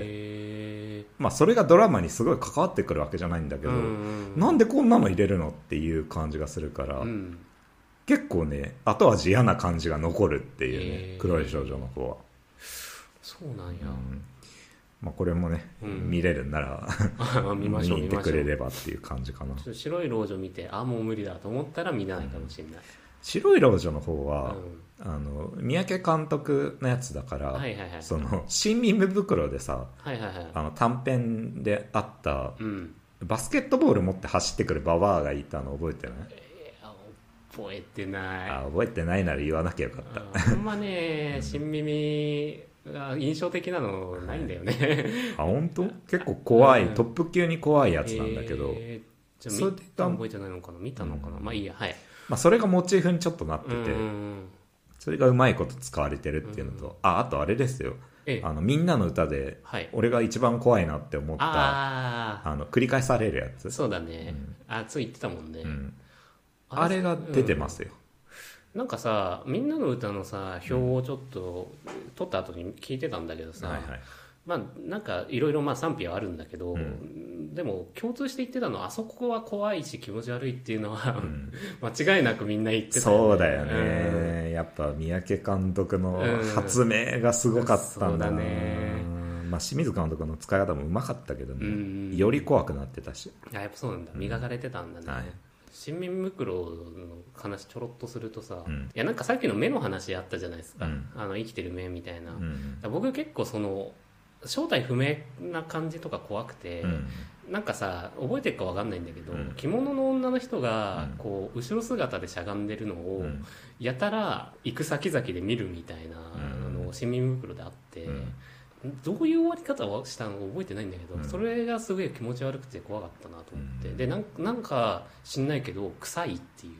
S6: え
S3: まあそれがドラマにすごい関わってくるわけじゃないんだけ
S6: う
S3: ど、
S6: ん
S3: なんでこんなの入れるのっていう感じがするから、
S6: うん
S3: 結構ね、後味嫌な感じが残るっていうね、
S6: へー
S3: 黒い少女の方は。
S6: そうなんや、
S3: まあ、これもね、
S6: うん
S3: 見れるんなら
S6: あ <laughs> 見ましょう
S3: 見に
S6: 見
S3: 行って
S6: まし
S3: く
S6: ょ
S3: れ
S6: う
S3: ればっていう感じかな
S6: ちょっと白い老女見てあもう無理だと思ったら見ないかもしれない、
S3: 白い老女の方
S6: う
S3: は、
S6: ん
S3: あの三宅監督のやつだから、
S6: はいはいはい
S3: その新耳袋でさ
S6: はいはいはい
S3: あの短編であった
S6: うん
S3: バスケットボール持って走ってくるババアがいたの覚えてない、
S6: えーあ覚えてない
S3: あ覚えてないなら言わなきゃよかった、
S6: あほんま
S3: <laughs>
S6: ね新耳が印象的なのないんだよね、
S3: あ本当結構怖い、
S6: うん
S3: トップ級に怖いやつなんだけど、
S6: <laughs> えー、じ
S3: そ
S6: ゃあ
S3: れ
S6: 見
S3: で
S6: た覚えてないのかな見たのかな、まあいいやはい
S3: まあ、それがモチーフにちょっとなって
S6: う
S3: て、
S6: んうんうん
S3: それがうまいこと使われてるっていうのと、ああとあれですよ
S6: ええ
S3: あのみんなの歌で
S6: はい
S3: 俺が一番怖いなって思った、
S6: あ
S3: あの繰り返されるや
S6: あ
S3: つ、
S6: そうだね、あそう言ってたもんね、
S3: うん、あれが出てますよ、
S6: なんかさみんなの歌のさ表をちょっと取った後に聞いてたんだけどさ、
S3: はいはい、
S6: まあなんかいろいろまあ賛否はあるんだけど、でも共通して言ってたのはあそこは怖いし気持ち悪いっていうのは、 <laughs> 間違いなくみんな言ってたよね
S3: そうだよね、やっぱ三宅監督の発明がすごかったんだ
S6: うんそう
S3: ね、
S6: だね
S3: まあ、清水監督の使い方もうまかったけども、
S6: うん
S3: より怖くなってたし
S6: あやっぱそうなんだ磨かれてたんだね、
S3: はい
S6: 新民袋の話ちょろっとするとさ、
S3: うん
S6: いやなんかさっきの目の話あったじゃないですか、
S3: うん
S6: あの生きてる目みたいな、
S3: う
S6: だか
S3: ん
S6: ら僕結構その正体不明な感じとか怖くて、
S3: うん
S6: なんかさ覚えてるかわかんないんだけど、
S3: うん
S6: 着物の女の人が
S3: うん
S6: こう後ろ姿でしゃがんでるのを、
S3: うん
S6: やたら行く先々で見るみたいな、
S3: うん
S6: あの市民袋であって、
S3: うん
S6: どういう終わり方をしたのか覚えてないんだけど、
S3: うん
S6: それがすごい気持ち悪くて怖かったなと思って、
S3: うん
S6: でなんなんか知んないけど臭いっていう、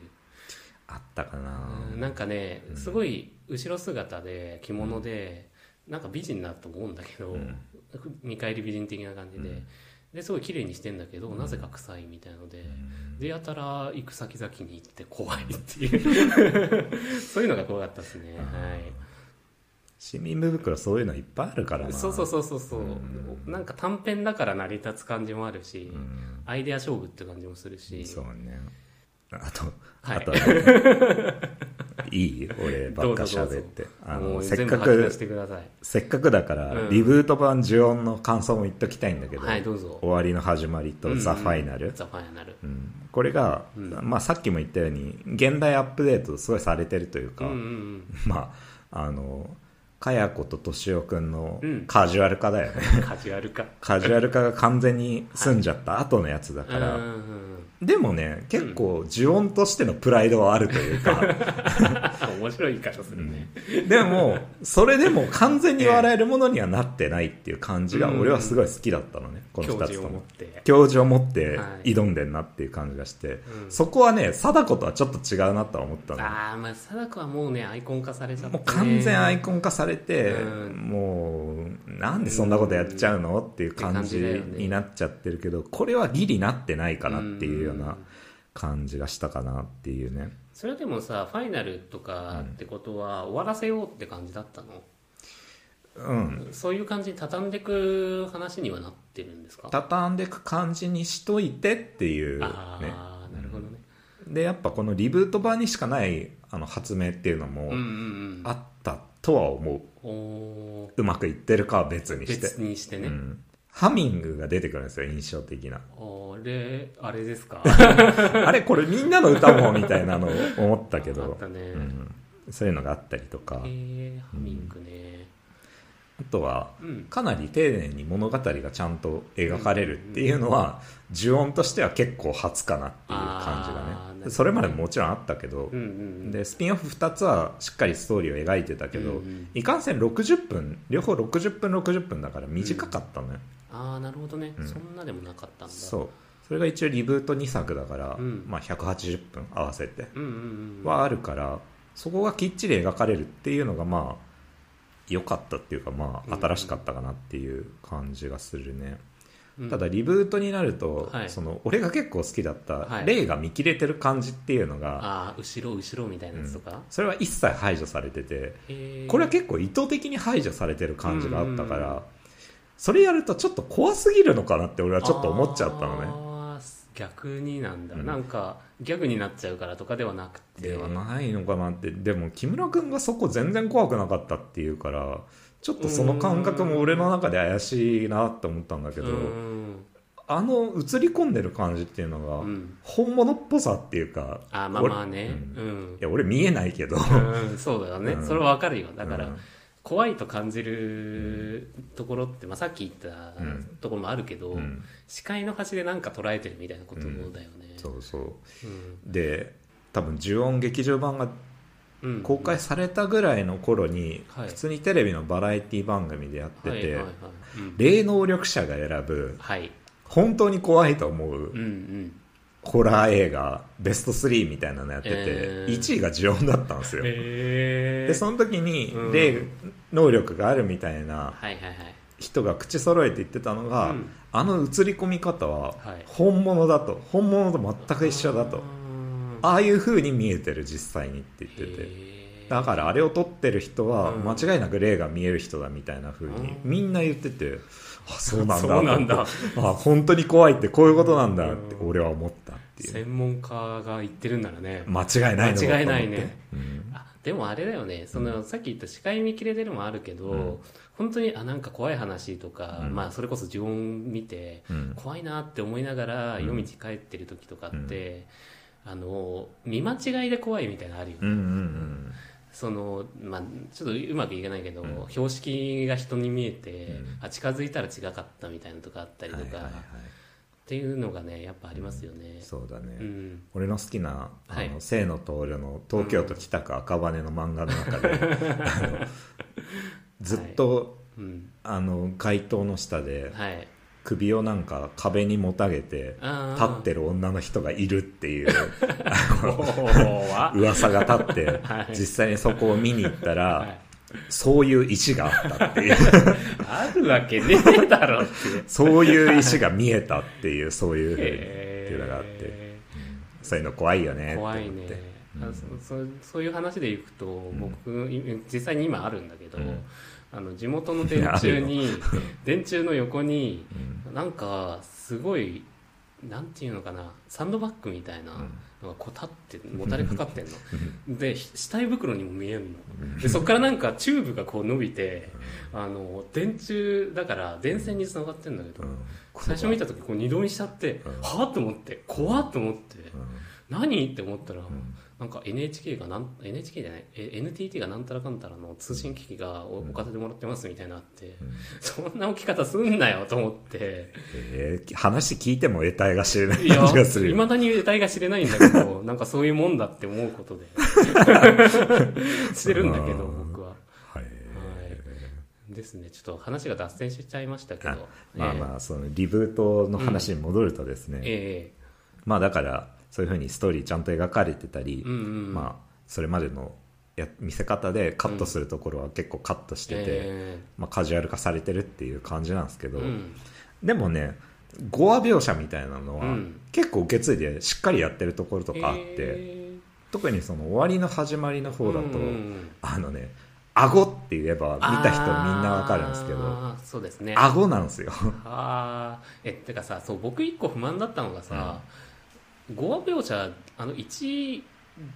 S3: あったかな、
S6: うんなんかね
S3: うん
S6: すごい後ろ姿で着物で、なんか美人だと思うんだけど、
S3: うん
S6: 見返り美人的な感じで、ですごい綺麗にしてんだけど、なぜか臭いみたいので。でやたら行く先々に行って怖いっていう
S3: <laughs>
S6: そういうのが怖かったですね、は
S3: 市民部袋そういうのいっぱいあるから
S6: い、
S3: な
S6: そうそうそうそうそう
S3: うん
S6: なんか短編だから成り立つ感じもあるし、
S3: うん
S6: アイデア勝負って感じもするし
S3: そうねあと、
S6: はい
S3: あと、
S6: <laughs>
S3: いい俺ばっか喋ってあ
S6: も
S3: の
S6: う
S3: せっ
S6: 全部
S3: か
S6: 吐き出
S3: く
S6: してください
S3: せっかくだから、
S6: うん
S3: リブート版呪音の感想も言っときたいんだけど、
S6: はいどうぞ
S3: 終わりの始まりと、ザ・ファイナル、
S6: ザ・ファイナル
S3: うんこれが、
S6: うん
S3: まあ、さっきも言ったように現代アップデートすごいされてるという
S6: う
S3: か、
S6: んうんうん
S3: まああのかやこととしおくんの
S6: うん
S3: カジュアル化だよ
S6: <laughs>
S3: ね、
S6: カジュアルか
S3: カジュアル化が完全に済んじゃった後のやつだ
S6: う
S3: か
S6: んう
S3: ら、
S6: んうん
S3: でもね結構呪音としてのプライドはあるというか、
S6: 面白い言い方するね。
S3: でもそれでも完全
S6: <laughs>
S3: に笑えるものにはなってないっていう感じが
S6: うん
S3: 俺はすごい好きだったのね、この
S6: 教
S3: 2つ
S6: 授
S3: と
S6: を持っ
S3: も
S6: て。
S3: 教授を持って
S6: はい
S3: 挑んでんなっていう感じがして、
S6: ん
S3: そこはね貞子とはちょっと違うなとは思ったの
S6: ああ、まあ、貞子はもうね、アイコン化されちゃって、
S3: もう
S6: ね。
S3: 完全アイコン化されて、
S6: うん
S3: もうなんでそんなことやっちゃうのっていう感じ
S6: って感じだよね
S3: になっちゃってるけどこれはギリなってないかなっていうよう
S6: う
S3: なん感じがしたかなっていうね
S6: それでもさ、ファイナルとかってことは、終わらせようって感じだったの、
S3: うん
S6: そういう感じに畳んでく話にはなってるんですか
S3: 畳んでく感じにしといてっていうね
S6: ああ、なるほどね。
S3: でやっぱこのリブート版にしかないあの発明っていうのも
S6: うんうんうん。
S3: あったとは思う、
S6: おー
S3: うまくいってるかは別にして
S6: 別にしてね。
S3: うん、ハミングが出てくるんですよ印象的な <laughs>
S6: あれ、あれですか
S3: あれこれみんなの歌もみたいなのを思ったけ
S6: あっ
S3: ど
S6: たね。
S3: うん、そういうのがあったりとか、
S6: えー、ハミングね。
S3: あとは
S6: うん。
S3: かなり丁寧に物語がちゃんと描かれるっていうのは呪音としては結構初かなっていう感じ
S6: あーな
S3: が
S6: るほど
S3: ね
S6: ね
S3: それまでももちろんあったけど
S6: うんう、んうん。
S3: でスピンオフ2つはしっかりストーリーを描いてたけど、
S6: うんうん
S3: いかんせん60分両方60分60分だから短かったのよ、
S6: ああ、なるほどね、
S3: うん
S6: そんなでもなかったんだ。
S3: そうそれが一応リブート2作だから、
S6: うん
S3: まあ、180分合わせて
S6: うんうんうん。
S3: はあるからそこがきっちり描かれるっていうのがまあ良かったっていうかまあ
S6: うん
S3: 新しかったかなっていう感じがするね、
S6: うん
S3: ただ、リブートになると、
S6: はい
S3: その俺が結構好きだった
S6: はい
S3: 霊が見切れてる感じっていうのが、
S6: ああ、後ろ後ろみたいなやつとか、
S3: それは一切排除されてて
S6: へー
S3: これは結構意図的に排除されてる感じがあったから、
S6: うん
S3: それやるとちょっと怖すぎるのかなって俺はちょっと思っちゃったのね
S6: あー逆になんだ、
S3: うん
S6: なんかギャグになっちゃうからとかではなくて
S3: ではないのかなってでも木村君がそこ全然怖くなかったっていうからちょっとその感覚も俺の中で怪しいなって思ったんだけ
S6: う
S3: ど
S6: ん
S3: あの映り込んでる感じっていうの
S6: う
S3: が
S6: ん
S3: 本物っぽさっていうか
S6: あーまあまあね
S3: 俺
S6: う
S3: うん
S6: ん
S3: い、や俺見えないけど
S6: うん、 <laughs> そうだよね、
S3: うん
S6: それはわかるよだから、
S3: うん
S6: 怖いと感じるところって、まあ、さっき言った
S3: うん
S6: ところもあるけど、
S3: うん
S6: 視界の端でなんか捉えてるみたいなことだよね、
S3: そうそう
S6: うん
S3: で多分呪音劇場版が
S6: うん
S3: 公開されたぐらいの頃に
S6: はい
S3: 普通にテレビのバラエティ番組でやって
S6: はいはい
S3: て
S6: はいうん
S3: 霊能力者が選ぶ
S6: はい
S3: 本当に怖いと思う
S6: うんうん
S3: ホラー映画ベスト3みたいなのやってて、
S6: えー
S3: 1位が呪音だったんですよ、
S6: へ
S3: でその時に
S6: うん
S3: 霊能力があるみたいな
S6: はいはいはい
S3: 人が口揃えて言ってたのが、
S6: うん
S3: あの映り込み方は
S6: はい
S3: 本物だと本物と全く一緒だ
S6: う
S3: と
S6: ん
S3: ああいう風に見えてる実際にって言ってて
S6: へー
S3: だからあれを撮ってる人は
S6: うん
S3: 間違いなく霊が見える人だみたいな風に
S6: うん
S3: みんな言っててあそうなんだ
S6: <laughs> そうなんだ
S3: と思ってあ本当に怖いってこういうことなんだって
S6: うん
S3: 俺は思ったっていう
S6: 専門家が言ってるんならね、
S3: 間違いないの
S6: 間違いないね
S3: と思ってうん
S6: あでもあれだよねその、さっき言った視界見切れてるもあるけど、
S3: うん
S6: 本当にあなんか怖い話とか、
S3: うん
S6: まあ、それこそ呪音見て、
S3: うん
S6: 怖いなって思いながら
S3: ん
S6: 夜道帰ってる時とかって、あの見間違いで怖いみたいなのあるよね、
S3: うんうん
S6: そのまあ、ちょっとうまくいかないけど、標識が人に見えて、あ近づいたら違かったみたいなのとかあった
S3: う
S6: り
S3: んは
S6: と
S3: い
S6: か、
S3: はいは
S6: っ
S3: い
S6: ていうのがねやっぱありますよね。
S3: そうだね、
S6: うん
S3: 俺の好きな「あの
S6: はい
S3: 清野徹の東京都北区赤羽」の漫画の中で、あのずっと、
S6: うん
S3: あの街灯の下で
S6: はい、
S3: 首をなんか壁にもたげて
S6: あ
S3: 立
S6: ー
S3: ってる女の人がいるっていう
S6: <laughs> おー
S3: <laughs>
S6: わ
S3: 噂が立って、
S6: はい
S3: 実際にそこを見に行ったら、
S6: はい
S3: そういう石があったって
S6: <laughs>
S3: いう
S6: あるわけねえ
S3: <laughs>
S6: だろって
S3: そういう石が見えたっていうそういうふうにっていうのがあって
S6: へ
S3: そういうの怖いよねっ
S6: ー
S3: て思っ
S6: 怖
S3: て
S6: いね
S3: うん
S6: あそそそういう話でいくと僕い実際に今あるんだけど
S3: うん
S6: あの地元の電柱
S3: <laughs>
S6: に電柱の横になんかすごいなんていうのかなサンドバッグみたいなのがこう立ってもたれかかってんのでひ死体袋にも見えるのでそこからなんかチューブがこう伸びてあの電柱だから電線につながってんだけど
S3: うん
S6: 最初見た時こう二度見しちゃって、
S3: うん
S6: はぁと思って怖っと思って、
S3: うん
S6: 何って思ったら、なんか NHK がなん NHK じゃないえ NTT がなんたらかんたらの通信機器がおお金でもらってますみたいなのあって、そんな置き方すんなよと思って
S3: えー話聞いても得体が知れない
S6: いや
S3: 感じがする
S6: い
S3: よ
S6: まだに得体が知れないんだけど
S3: <laughs>
S6: なんかそういうもんだって思うことでしてるんだけど
S3: うん
S6: 僕は、は
S3: はい
S6: い、ですねちょっと話が脱線しちゃいましたけ
S3: あ
S6: ど
S3: まあまあそのリブートの話に戻るとですね、
S6: ええ
S3: まあだからそういうふうにストーリーちゃんと描かれてたり、
S6: うんうん
S3: まあそれまでのや見せ方でカットするところは結構カットしてて、
S6: え
S3: まあ、カジュアル化されてるっていう感じなんですけど、
S6: えうん
S3: でもね5話描写みたいなのは、
S6: うん
S3: 結構受け継いでしっかりやってるところとかあって、
S6: え
S3: 特にその終わりの始まりの
S6: え
S3: 方だと、
S6: んん
S3: あのね顎って言えば見た人みんなわかるんですけど
S6: あーそうですね
S3: 顎なんですよ <laughs>
S6: ああえてかさそう僕一個不満だったのがさ、5話描写あの1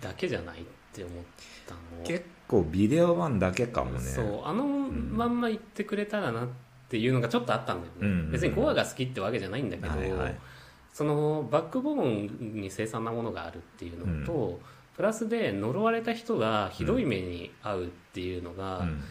S6: だけじゃないって思ったの
S3: 結構ビデオ版だけかもね
S6: そうあの
S3: ん
S6: まんま言ってくれたらなっていうのがちょっとあったんだよね、
S3: うんうんうん
S6: 別に5話が好きってわけじゃないんだけど、
S3: はいはい
S6: そのバックボーンに凄惨なものがあるっていうのと、プラスで呪われた人がひどい目に遭うっていうのが、
S3: うん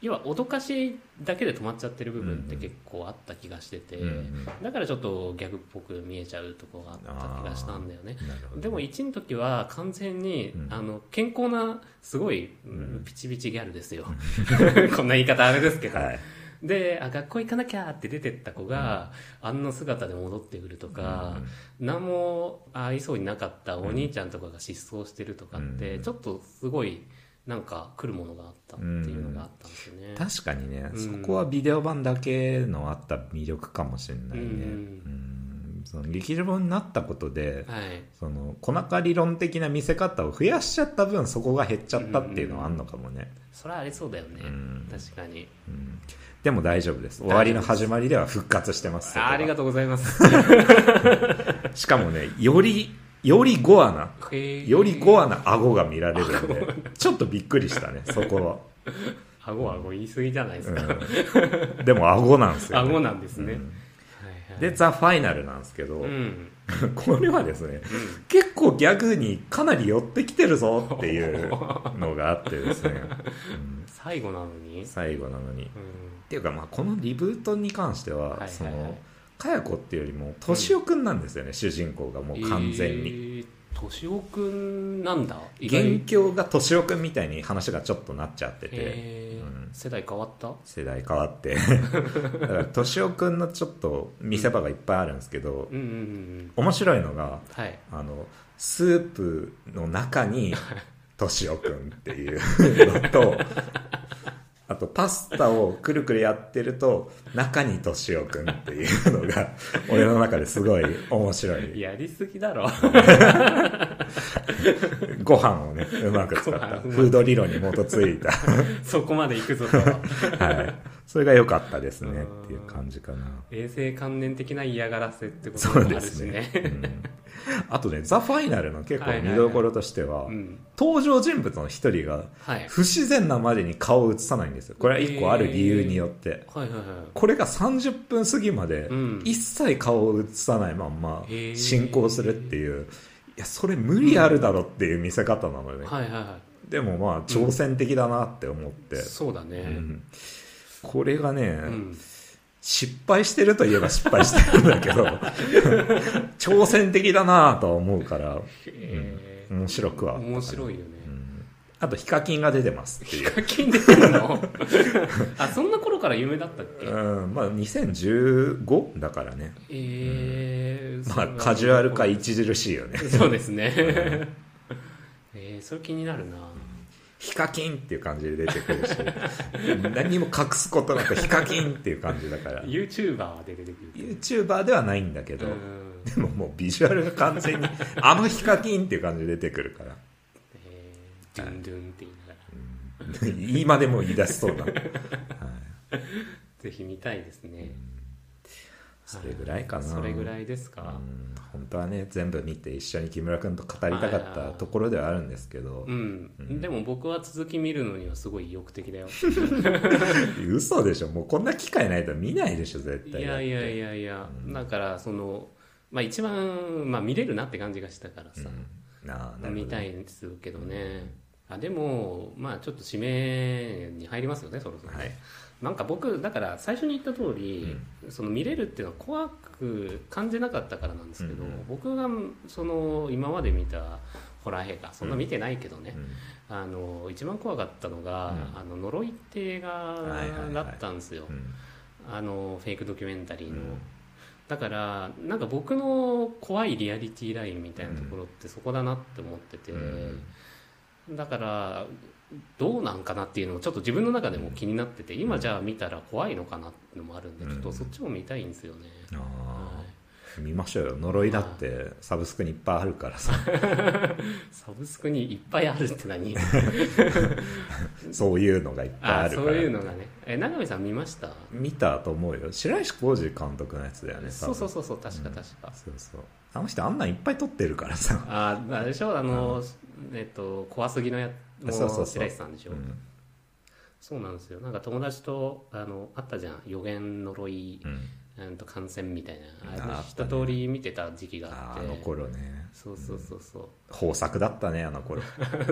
S6: 要は脅かしだけで止まっちゃってる部分って結構あった気がしてて、
S3: うんうん
S6: だからちょっとギャグっぽく見えちゃうとこがあった気がしたんだよね
S3: なるほど
S6: でも1の時は完全に、
S3: うん
S6: あの健康なすごい、
S3: ん
S6: ピチピチギャルですよ <laughs> こんな言い方あれですけど、
S3: はい
S6: であ学校行かなきゃって出てった子が、あんな姿で戻ってくるとか、何も会いそうになかったお兄ちゃんとかが失踪してるとかって、
S3: うん
S6: ちょっとすごいなんか来るものがあったっていうのがあったんですよね、
S3: 確かにね、
S6: うん
S3: そこはビデオ版だけのあった魅力かもしれないね、
S6: う
S3: うんんその劇場版になったことで、
S6: はい
S3: その粉か理論的な見せ方を増やしちゃった分そこが減っちゃったっていうのはあんのかもね、
S6: それはありそうだよね、
S3: うん
S6: 確かに
S3: でも大丈夫です終わりの始まりでは復活してます
S6: あありが
S3: と
S6: とうございます
S3: うしかもねよりより5アナより5アナ顎が見られるんでちょっとびっくりしたねそこは、
S6: 顎は顎言い過ぎじゃないですか、
S3: うんでも顎なん
S6: <laughs>
S3: ですよ、ね、
S6: 顎なんですね、
S3: うん
S6: はいはい
S3: で、ザ・ファイナルなんですけど、
S6: うん、
S3: これはですね、結構ギャグにかなり寄ってきてるぞって
S6: <laughs>
S3: いうのがあってですね、うん
S6: 最後なのに、うん、
S3: 最後なのに。っていうか、まあ、このリブートに関しては、
S6: はいはいはい
S3: その、かやこっていうよりも、としおくんなんですよね、主人公がもう完全に。
S6: に敏夫、くんなんだ意外
S3: 元凶がとしおくんみたいに話がちょっとなっちゃってて、
S6: へー
S3: うん
S6: 世代変わった
S3: 世代変わって。 <laughs> だから、としおくんのちょっと見せ場がいっぱいあるんですけど
S6: う、んうんうん
S3: 面白いのが、
S6: はい
S3: あの、スープの中
S6: <laughs>
S3: に、としおくんっていうのと、あと、パスタをくるくるやってると、中にとしおくんっていうのが、俺の中ですごい面白い。
S6: やりすぎだ <laughs> ろ
S3: ご飯をね、うまく使った。
S6: ご飯
S3: フード理論に基づいた。
S6: <laughs> そこまで行くぞと <laughs>
S3: はい。それが良かったですねっていう感じかな。
S6: 衛生観念的な嫌がらせってこと
S3: そう
S6: もあ
S3: で
S6: るし
S3: す
S6: ね
S3: ね。うんあとね、ザ・ファイナルの結構見どころとしては
S6: う、ん
S3: 登場人物の一人が、
S6: はい
S3: 不自然なまでに顔を映さないんですよこれは一個ある理由によって、
S6: はいはいは
S3: これが30分過ぎまで
S6: うん
S3: 一切顔を映さないまんま
S6: へー
S3: 進行するっていう、いやそれ無理あるだろっていう見せ方なのよ
S6: い
S3: ね、
S6: はいはいは
S3: でもまあ挑戦的だなって思って
S6: い、そうだね
S3: うんこれがね、
S6: うん
S3: 失敗してるといえば失敗してるんだけど <laughs> 挑戦的だなとは思うから
S6: へー
S3: 面白くはあったかな
S6: 面白いよね、
S3: うんあとヒカキンが出てますっていう
S6: ヒカキン出てるのあそんな頃から有名だったっけ
S3: うんまあ、2015だからね、
S6: えー
S3: まあ、カジュアル化
S6: い
S3: 著しいよね
S6: そうですね <laughs> えー、それ気になるな
S3: ヒカキンっていう感じで出てくるし <laughs> 何にも隠すことなくヒカキンっていう感じだから
S6: YouTuber で出てくる
S3: YouTuber ではないんだけど、
S6: うん
S3: でももうビジュアルが完全にあのヒカキンっていう感じで出てくるから <laughs>
S6: えー、ドゥンドゥンって言いながら
S3: 今でも言い出しそうな、はい、
S6: ぜひ見たいですね
S3: それぐらいかな
S6: それぐらいですか
S3: うん本当はね全部見て一緒に木村君と語りたかったところではあるんですけど
S6: う、ん、でも僕は続き見るのにはすごい意欲
S3: <laughs>
S6: 的だよ
S3: 嘘でしょもうこんな機会ないと見ないでしょ絶
S6: い
S3: 対だっ
S6: や
S3: て
S6: いやいやいや、だからそのまあ一番、まあ、見れるなって感じがしたからさ、
S3: うんああなるほど
S6: みたいですけどね、あでもまあちょっと指名に入りますよねそろそろね、
S3: はい
S6: なんか僕だから最初に言った通り、その見れるっていうのは怖く感じなかったからなんですけど、
S3: うんうん
S6: 僕がその今まで見たホラー映画そんな見てないけどね、
S3: うん
S6: あの一番怖かったのが「
S3: うん
S6: あの呪い」って映画
S3: はいはいはい
S6: だったんですよ、
S3: うん
S6: あのフェイクドキュメンタリーの、
S3: うん
S6: だからなんか僕の怖いリアリティラインみたいなところってそこだなって思ってて、
S3: うん
S6: だからどうなんかなっていうのもちょっと自分の中でも気になってて今じゃあ見たら怖いのかなってのもあるんで
S3: うん
S6: ちょっとそっちも見たいんですよね、
S3: あ
S6: はい
S3: あ見ましょうよ呪いだってサブスクにいっぱいあるから
S6: <laughs>
S3: さ
S6: サブスクにいっぱいあるって
S3: <laughs>
S6: 何
S3: そういうのがいっぱいあ
S6: あ
S3: るか
S6: そう
S3: ら
S6: いうのがねえ永見さん見ました
S3: 見たと思うよ白石浩二監督のやつだよね
S6: そうそう
S3: そ
S6: そうそう確か確か、
S3: そうそうあの人あんなんいっぱい撮ってるから
S6: <laughs>
S3: さ
S6: ああれでしょあの、えっと怖すぎのやも
S3: そうそうそう
S6: 白石さんでしょ、
S3: うん
S6: そうなんですよなんか友達とあのあったじゃん予言呪い、
S3: うん
S6: うん、と感染みたい
S3: あー
S6: な
S3: あ
S6: あの
S3: っ
S6: 一
S3: たね
S6: 通り見てた時期が
S3: あ
S6: あ
S3: あ
S6: って
S3: の頃ね
S6: そうそうそうそう、
S3: 豊作だったねあの頃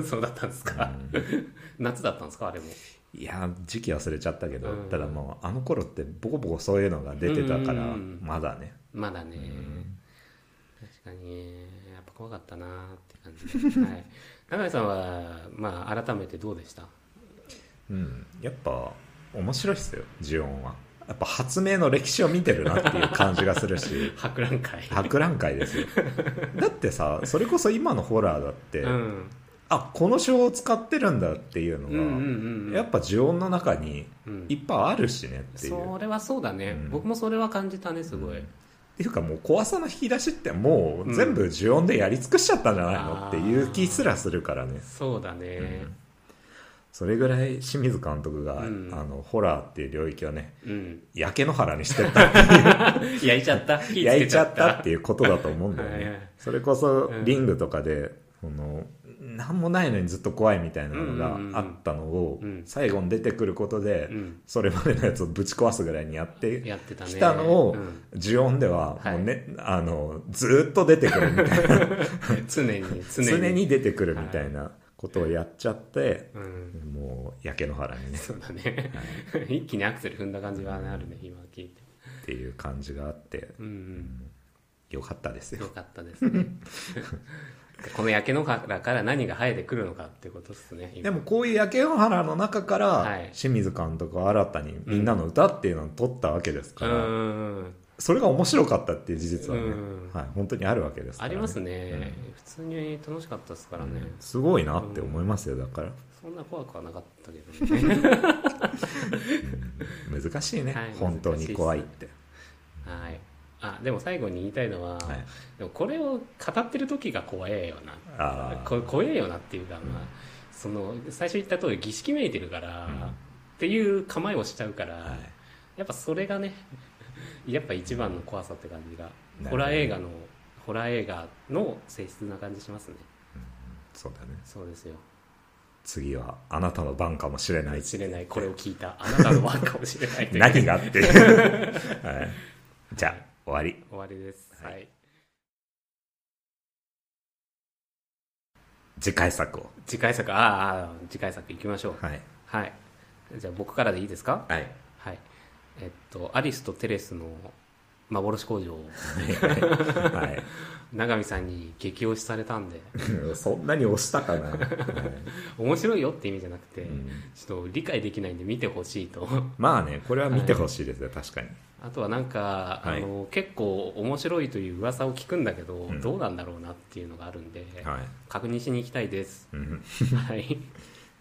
S6: そう <laughs> だったんですか、 <laughs> 夏だったんですかあれも
S3: いや時期忘れちゃったけど、
S6: うん
S3: ただもうあの頃ってボコボコそういうのが出てたから、
S6: うん
S3: まだね
S6: まだね、確かにやっぱ怖かったなって感じで、
S3: <laughs>
S6: はい、永井さんは、まあ、改めてどうでした
S3: うんやっぱ面白いっすよジオンはやっぱ発明の歴史を見てるなっていう感じがする
S6: <laughs>
S3: し
S6: 博覧会
S3: 博覧会ですよだってさそれこそ今のホラーだって、
S6: うん
S3: あこの手法を使ってるんだっていうの
S6: う
S3: が、
S6: んうんうん
S3: やっぱジオンの中に
S6: うん
S3: いっぱいあるしねっていう、
S6: それはそうだね、
S3: うん
S6: 僕もそれは感じたねすごい、
S3: っていうかもう怖さの引き出しってもう全部呪音でやり尽くしちゃったんじゃないの、
S6: うん
S3: っていう気すらするからね
S6: そうだね
S3: それぐらい清水監督が、
S6: うん
S3: あのホラーっていう領域をね
S6: うん、
S3: 焼け野原にしてった <laughs>
S6: <laughs> 焼いちゃった火つけ
S3: 焼いちゃったっていうことだと思うんだよ
S6: はいは
S3: ね
S6: い
S3: それこそ
S6: うん
S3: リングとかで、その何もないのにずっと怖いみたいなの
S6: うんうんうん
S3: があったのを、
S6: うん
S3: 最後に出てくることで、
S6: うん
S3: それまでのやつをぶち壊すぐらいにやって
S6: やってたね
S3: きたのを、
S6: うん
S3: 呪音ではもうね、あのずーっと出てくるみたい <laughs> な
S6: 常に常に
S3: 常に出てくるみたいなことをやっちゃって、
S6: うん
S3: もう焼け野原にね
S6: そうだね、一気にアクセル踏んだ感じはねあるね今聞いて
S3: っていう感じがあって
S6: うん
S3: よかったです
S6: うんよ
S3: よ
S6: かったですねこの焼け野原から何が生えてくるのかっていうことですね
S3: <laughs>
S6: 今
S3: でもこういう焼け野原の中か
S6: は
S3: ら
S6: い
S3: 清水監督は新たにみんなの歌っていうのを撮ったわけです
S6: う
S3: から、
S6: ん
S3: それが面白かったっていう事実はね、
S6: うん
S3: はい、本当にあるわけですか
S6: あ
S3: ら、
S6: りますね、普通に楽しかったですからね、
S3: うんすごいなって思いますよだから
S6: そんな怖くはなかったけどね <laughs>
S3: 難しいね、
S6: はい
S3: 本当に怖いって
S6: はいあでも最後に言いたいのは、
S3: はい
S6: でもこれを語ってる時が怖えよな
S3: あー
S6: こ怖えよなっていうか、まあ、その最初言った通り儀式めいてるから、
S3: うん
S6: っていう構えをしちゃうから、
S3: はい
S6: やっぱそれがね <laughs> やっぱ一番の怖さって感じが
S3: ほど
S6: ホラー映画のホラー映画の性質な感じしますね
S3: そうだね
S6: そうですよ
S3: 次はあなたの番かもしれない
S6: <laughs> 知れないこれを聞いたあなたの番かもしれないとい
S3: <laughs>
S6: う
S3: 何がっていう、
S6: <laughs>
S3: はい、じゃあ終わり
S6: 終わりです、
S3: はい
S6: はい、
S3: 次回作を
S6: 次回作あーあー次回作行きましょう
S3: はい
S6: はいじゃあ僕からでいいですか
S3: はい
S6: はいえっとアリスとテレスの幻工場を <laughs>
S3: は
S6: 永見さんに激推しされた
S3: <laughs>
S6: んで
S3: いそんなに押したかな、はい
S6: 面白いよって意味じゃなくて、
S3: ん
S6: ちょっと理解できないんで見てほしいと <laughs>
S3: まあねこれは見てほしいですね、確かに
S6: あとはなんか、
S3: はい
S6: あの結構面白いという噂を聞くんだけど、
S3: ん
S6: どうなんだろうなっていうのがあるんで、
S3: はい、
S6: 確認しに行きた
S3: <laughs>
S6: いです
S3: うん、
S6: はい <laughs>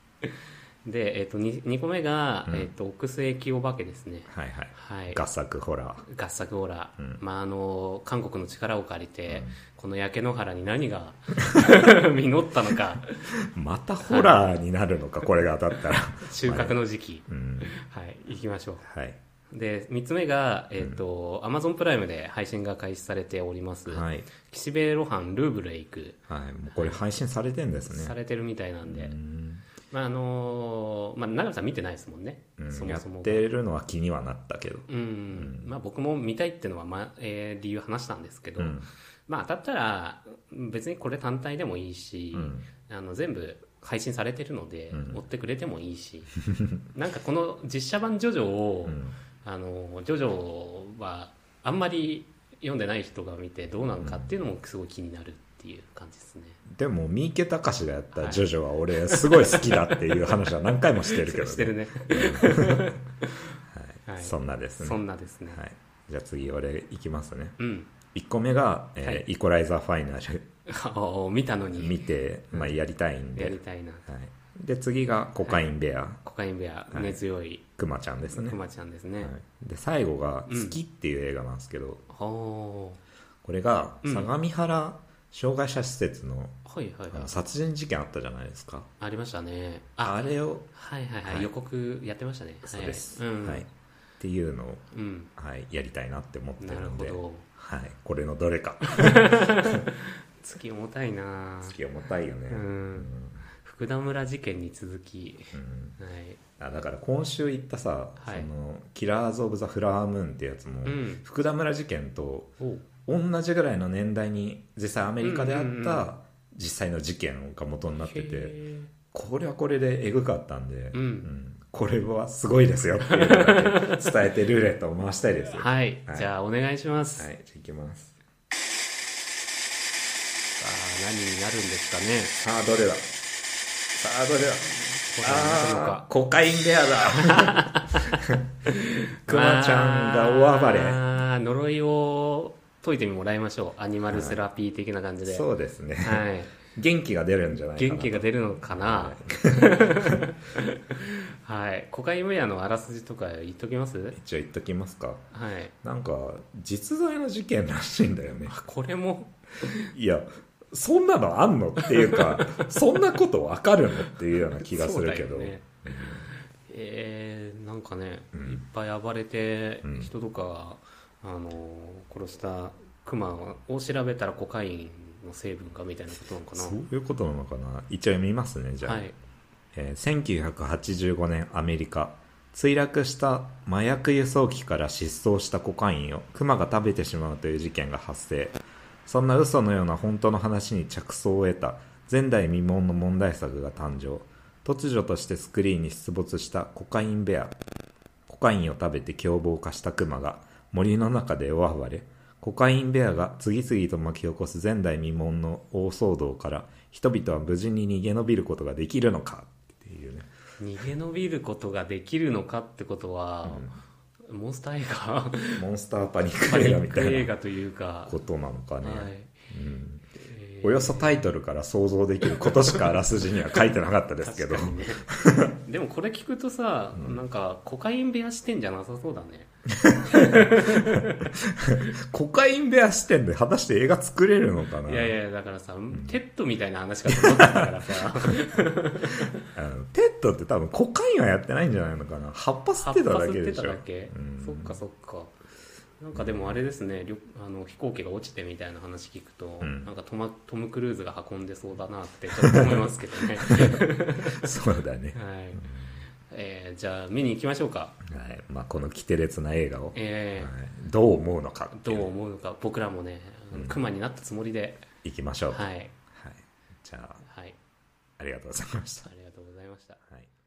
S6: で、えっと 2, 個目が、
S3: うん
S6: えっと奥世紀お化けですね
S3: はいはい
S6: はい
S3: 合作ホラー
S6: 合作オーラ、
S3: うん
S6: まあ、あの韓国の力を借りて、この焼け野原に
S3: <laughs>
S6: 何が <laughs> 実ったのか
S3: またホラーになるのか、これが当たったら
S6: <laughs> 収穫の時期
S3: うん
S6: はい、行きましょう
S3: はい
S6: で3つ目が、えっと Amazon プライムで配信が開始されております、
S3: はい、
S6: 岸辺露伴ルーブルへ行く
S3: はい、もうこれ配信されてんですね
S6: されてるみたいなんで、
S3: うん
S6: まああのーまあ、長野さん見てないですもんね、
S3: うん
S6: そ
S3: や
S6: も
S3: っ
S6: そもが。
S3: てるのは気にはなったけど、
S6: うんまあ、僕も見たいっていうのは、まえー理由話したんですけど、
S3: うん
S6: まあ、当たったら別にこれ単体でもいいし、
S3: ん
S6: あの全部配信されてるので、
S3: うん
S6: 追ってくれてもいい
S3: <laughs>
S6: しなんかこの実写版「ジョジョを」
S3: うん
S6: あのジョジョはあんまり読んでない人が見てどうなのかっていうのもすごい気になるっていう感じですね。
S3: でも三池隆がやった「ジョジョ」は俺すごい好きだっていう話は何回もしてるけど、ね、
S6: <laughs> してるね。 <laughs> はい
S3: そんなですね
S6: そんなですね。
S3: はい、じゃあ次俺いきますね
S6: うん。
S3: 1個目が、えー
S6: はい
S3: イコライザーファイナル
S6: あ見たの
S3: 見
S6: に
S3: て、まあ、やりたいんで、
S6: や
S3: はい
S6: り、たいな。
S3: で次がコカインベア、
S6: コカインベア、
S3: い
S6: 根強い
S3: クマちゃんですね
S6: クマちゃんですね。
S3: はい、で最後が「
S6: うん
S3: 好き」っていう映画なんですけど、
S6: ほ
S3: これが
S6: うん
S3: 相模原障害者施設の,、
S6: ーはいはい
S3: あ
S6: はい
S3: の。殺人事件あったじゃないですか
S6: ありましたね。
S3: あ
S6: あ、
S3: れを、
S6: はいはいはい、
S3: はい
S6: 予告やってましたね。はい
S3: そうです、
S6: うん、
S3: はい、っていうのを、
S6: うん。
S3: はい、やりたいなって思って
S6: な
S3: る
S6: る
S3: ん
S6: ほ
S3: で
S6: ど。
S3: はい、これのどれか
S6: 月重たいな
S3: 好き重たいよね、
S6: うん。福田村事件に続き、
S3: うん
S6: はい。
S3: あだから今週行ったさ、
S6: はい
S3: そのキラーズ・オブ・ザ・フラワームーンってやつも、
S6: うん
S3: 福田村事件と
S6: お
S3: 同じぐらいの年代に実際アメリカであ
S6: うんうん
S3: っ
S6: うん
S3: た実際の事件が元になってて、
S6: へー
S3: これはこれでエグかったんで、
S6: うん
S3: これはすごいですよっていうのだけ伝えてルーレットを回したいですよ。
S6: はい、
S3: はい
S6: じゃあお願いします。
S3: はい、じゃあいきます。
S6: さあ、何になるんですか
S3: さ
S6: ね。
S3: あ、どれださあ、どれだ
S6: これは何でしょう
S3: あ
S6: か
S3: ー、コカインベアだ
S6: <laughs>
S3: クマちゃんが大暴れ。
S6: まあ呪いを解いてもらいましょう。アニマルセラピー的な感じで。
S3: そうですね。
S6: はい。
S3: 元気が出るんじゃないかな。
S6: 元気が出るの
S3: <laughs>
S6: かな。はい。コカインウェアのあらすじとか言っときます
S3: 一応言っときますか。
S6: はい。
S3: なんか、実在の事件らしいんだよね。
S6: これも、
S3: いや、そんなのあんのっていう
S6: <laughs>
S3: か、そんなことわかるのっていうような気がするけど。
S6: そうだよねえー、なんかね、
S3: うん
S6: いっぱい暴れて
S3: うん
S6: 人とか、あの殺したクマを調べたらコカインの成分がみたいなことなのかな
S3: そういうことなのかな一応見ますねじゃあ、
S6: はい
S3: えー1985年アメリカ墜落した麻薬輸送機から失踪したコカインをクマが食べてしまうという事件が発生そんな嘘のような本当の話に着想を得た前代未聞の問題作が誕生突如としてスクリーンに出没したコカインベアコカインを食べて凶暴化したクマが森の中で大暴れコカインベアが次々と巻き起こす前代未聞の大騒動から人々は無事に逃げ延びることができるのかっていうね
S6: 逃げ延びることができるのかってことは、モンスター映画
S3: モンスターパニッ
S6: パ
S3: ク
S6: ニ
S3: 映画み
S6: ック
S3: た
S6: 映
S3: いな
S6: 画というか
S3: ことなのかね、
S6: は
S3: う
S6: い
S3: ん
S6: えー
S3: およそタイトルから想像できることしかあらすじには書いてなかったですけ
S6: <laughs>
S3: ど
S6: 確かにねでもこれ聞くとさ、なんかコカイン部屋視点じゃなさそうだね
S3: コカインベア視点で果たして映画作れるのかない
S6: やいやだからさ、テッドみたいな話かと思ってたからさ
S3: あのテッドって多分コカインはやってないんじゃないのかな葉っぱ吸
S6: 葉
S3: っ
S6: っぱ
S3: てただけ
S6: 吸って
S3: でしたょ
S6: だけ、
S3: うん
S6: そっかそっかなんかでもあれですね、りょあの飛行機が落ちてみたいな話聞くと、
S3: うん
S6: なんかトマトム・クルーズが運んでそうだなってちょっと思いますけど
S3: <laughs>
S6: ね、
S3: <laughs> そうだね、
S6: はいえーじゃあ見に行きましょうか、
S3: はいまあ、この奇て烈な映画を、
S6: えー
S3: はいどう思うのかって
S6: ど
S3: いう
S6: う思うのか僕らもね、クマになったつもりで、
S3: いきましょう、
S6: はい、
S3: はいじゃあ
S6: はい、
S3: ありがとうございました
S6: ありがとうございました。
S3: はい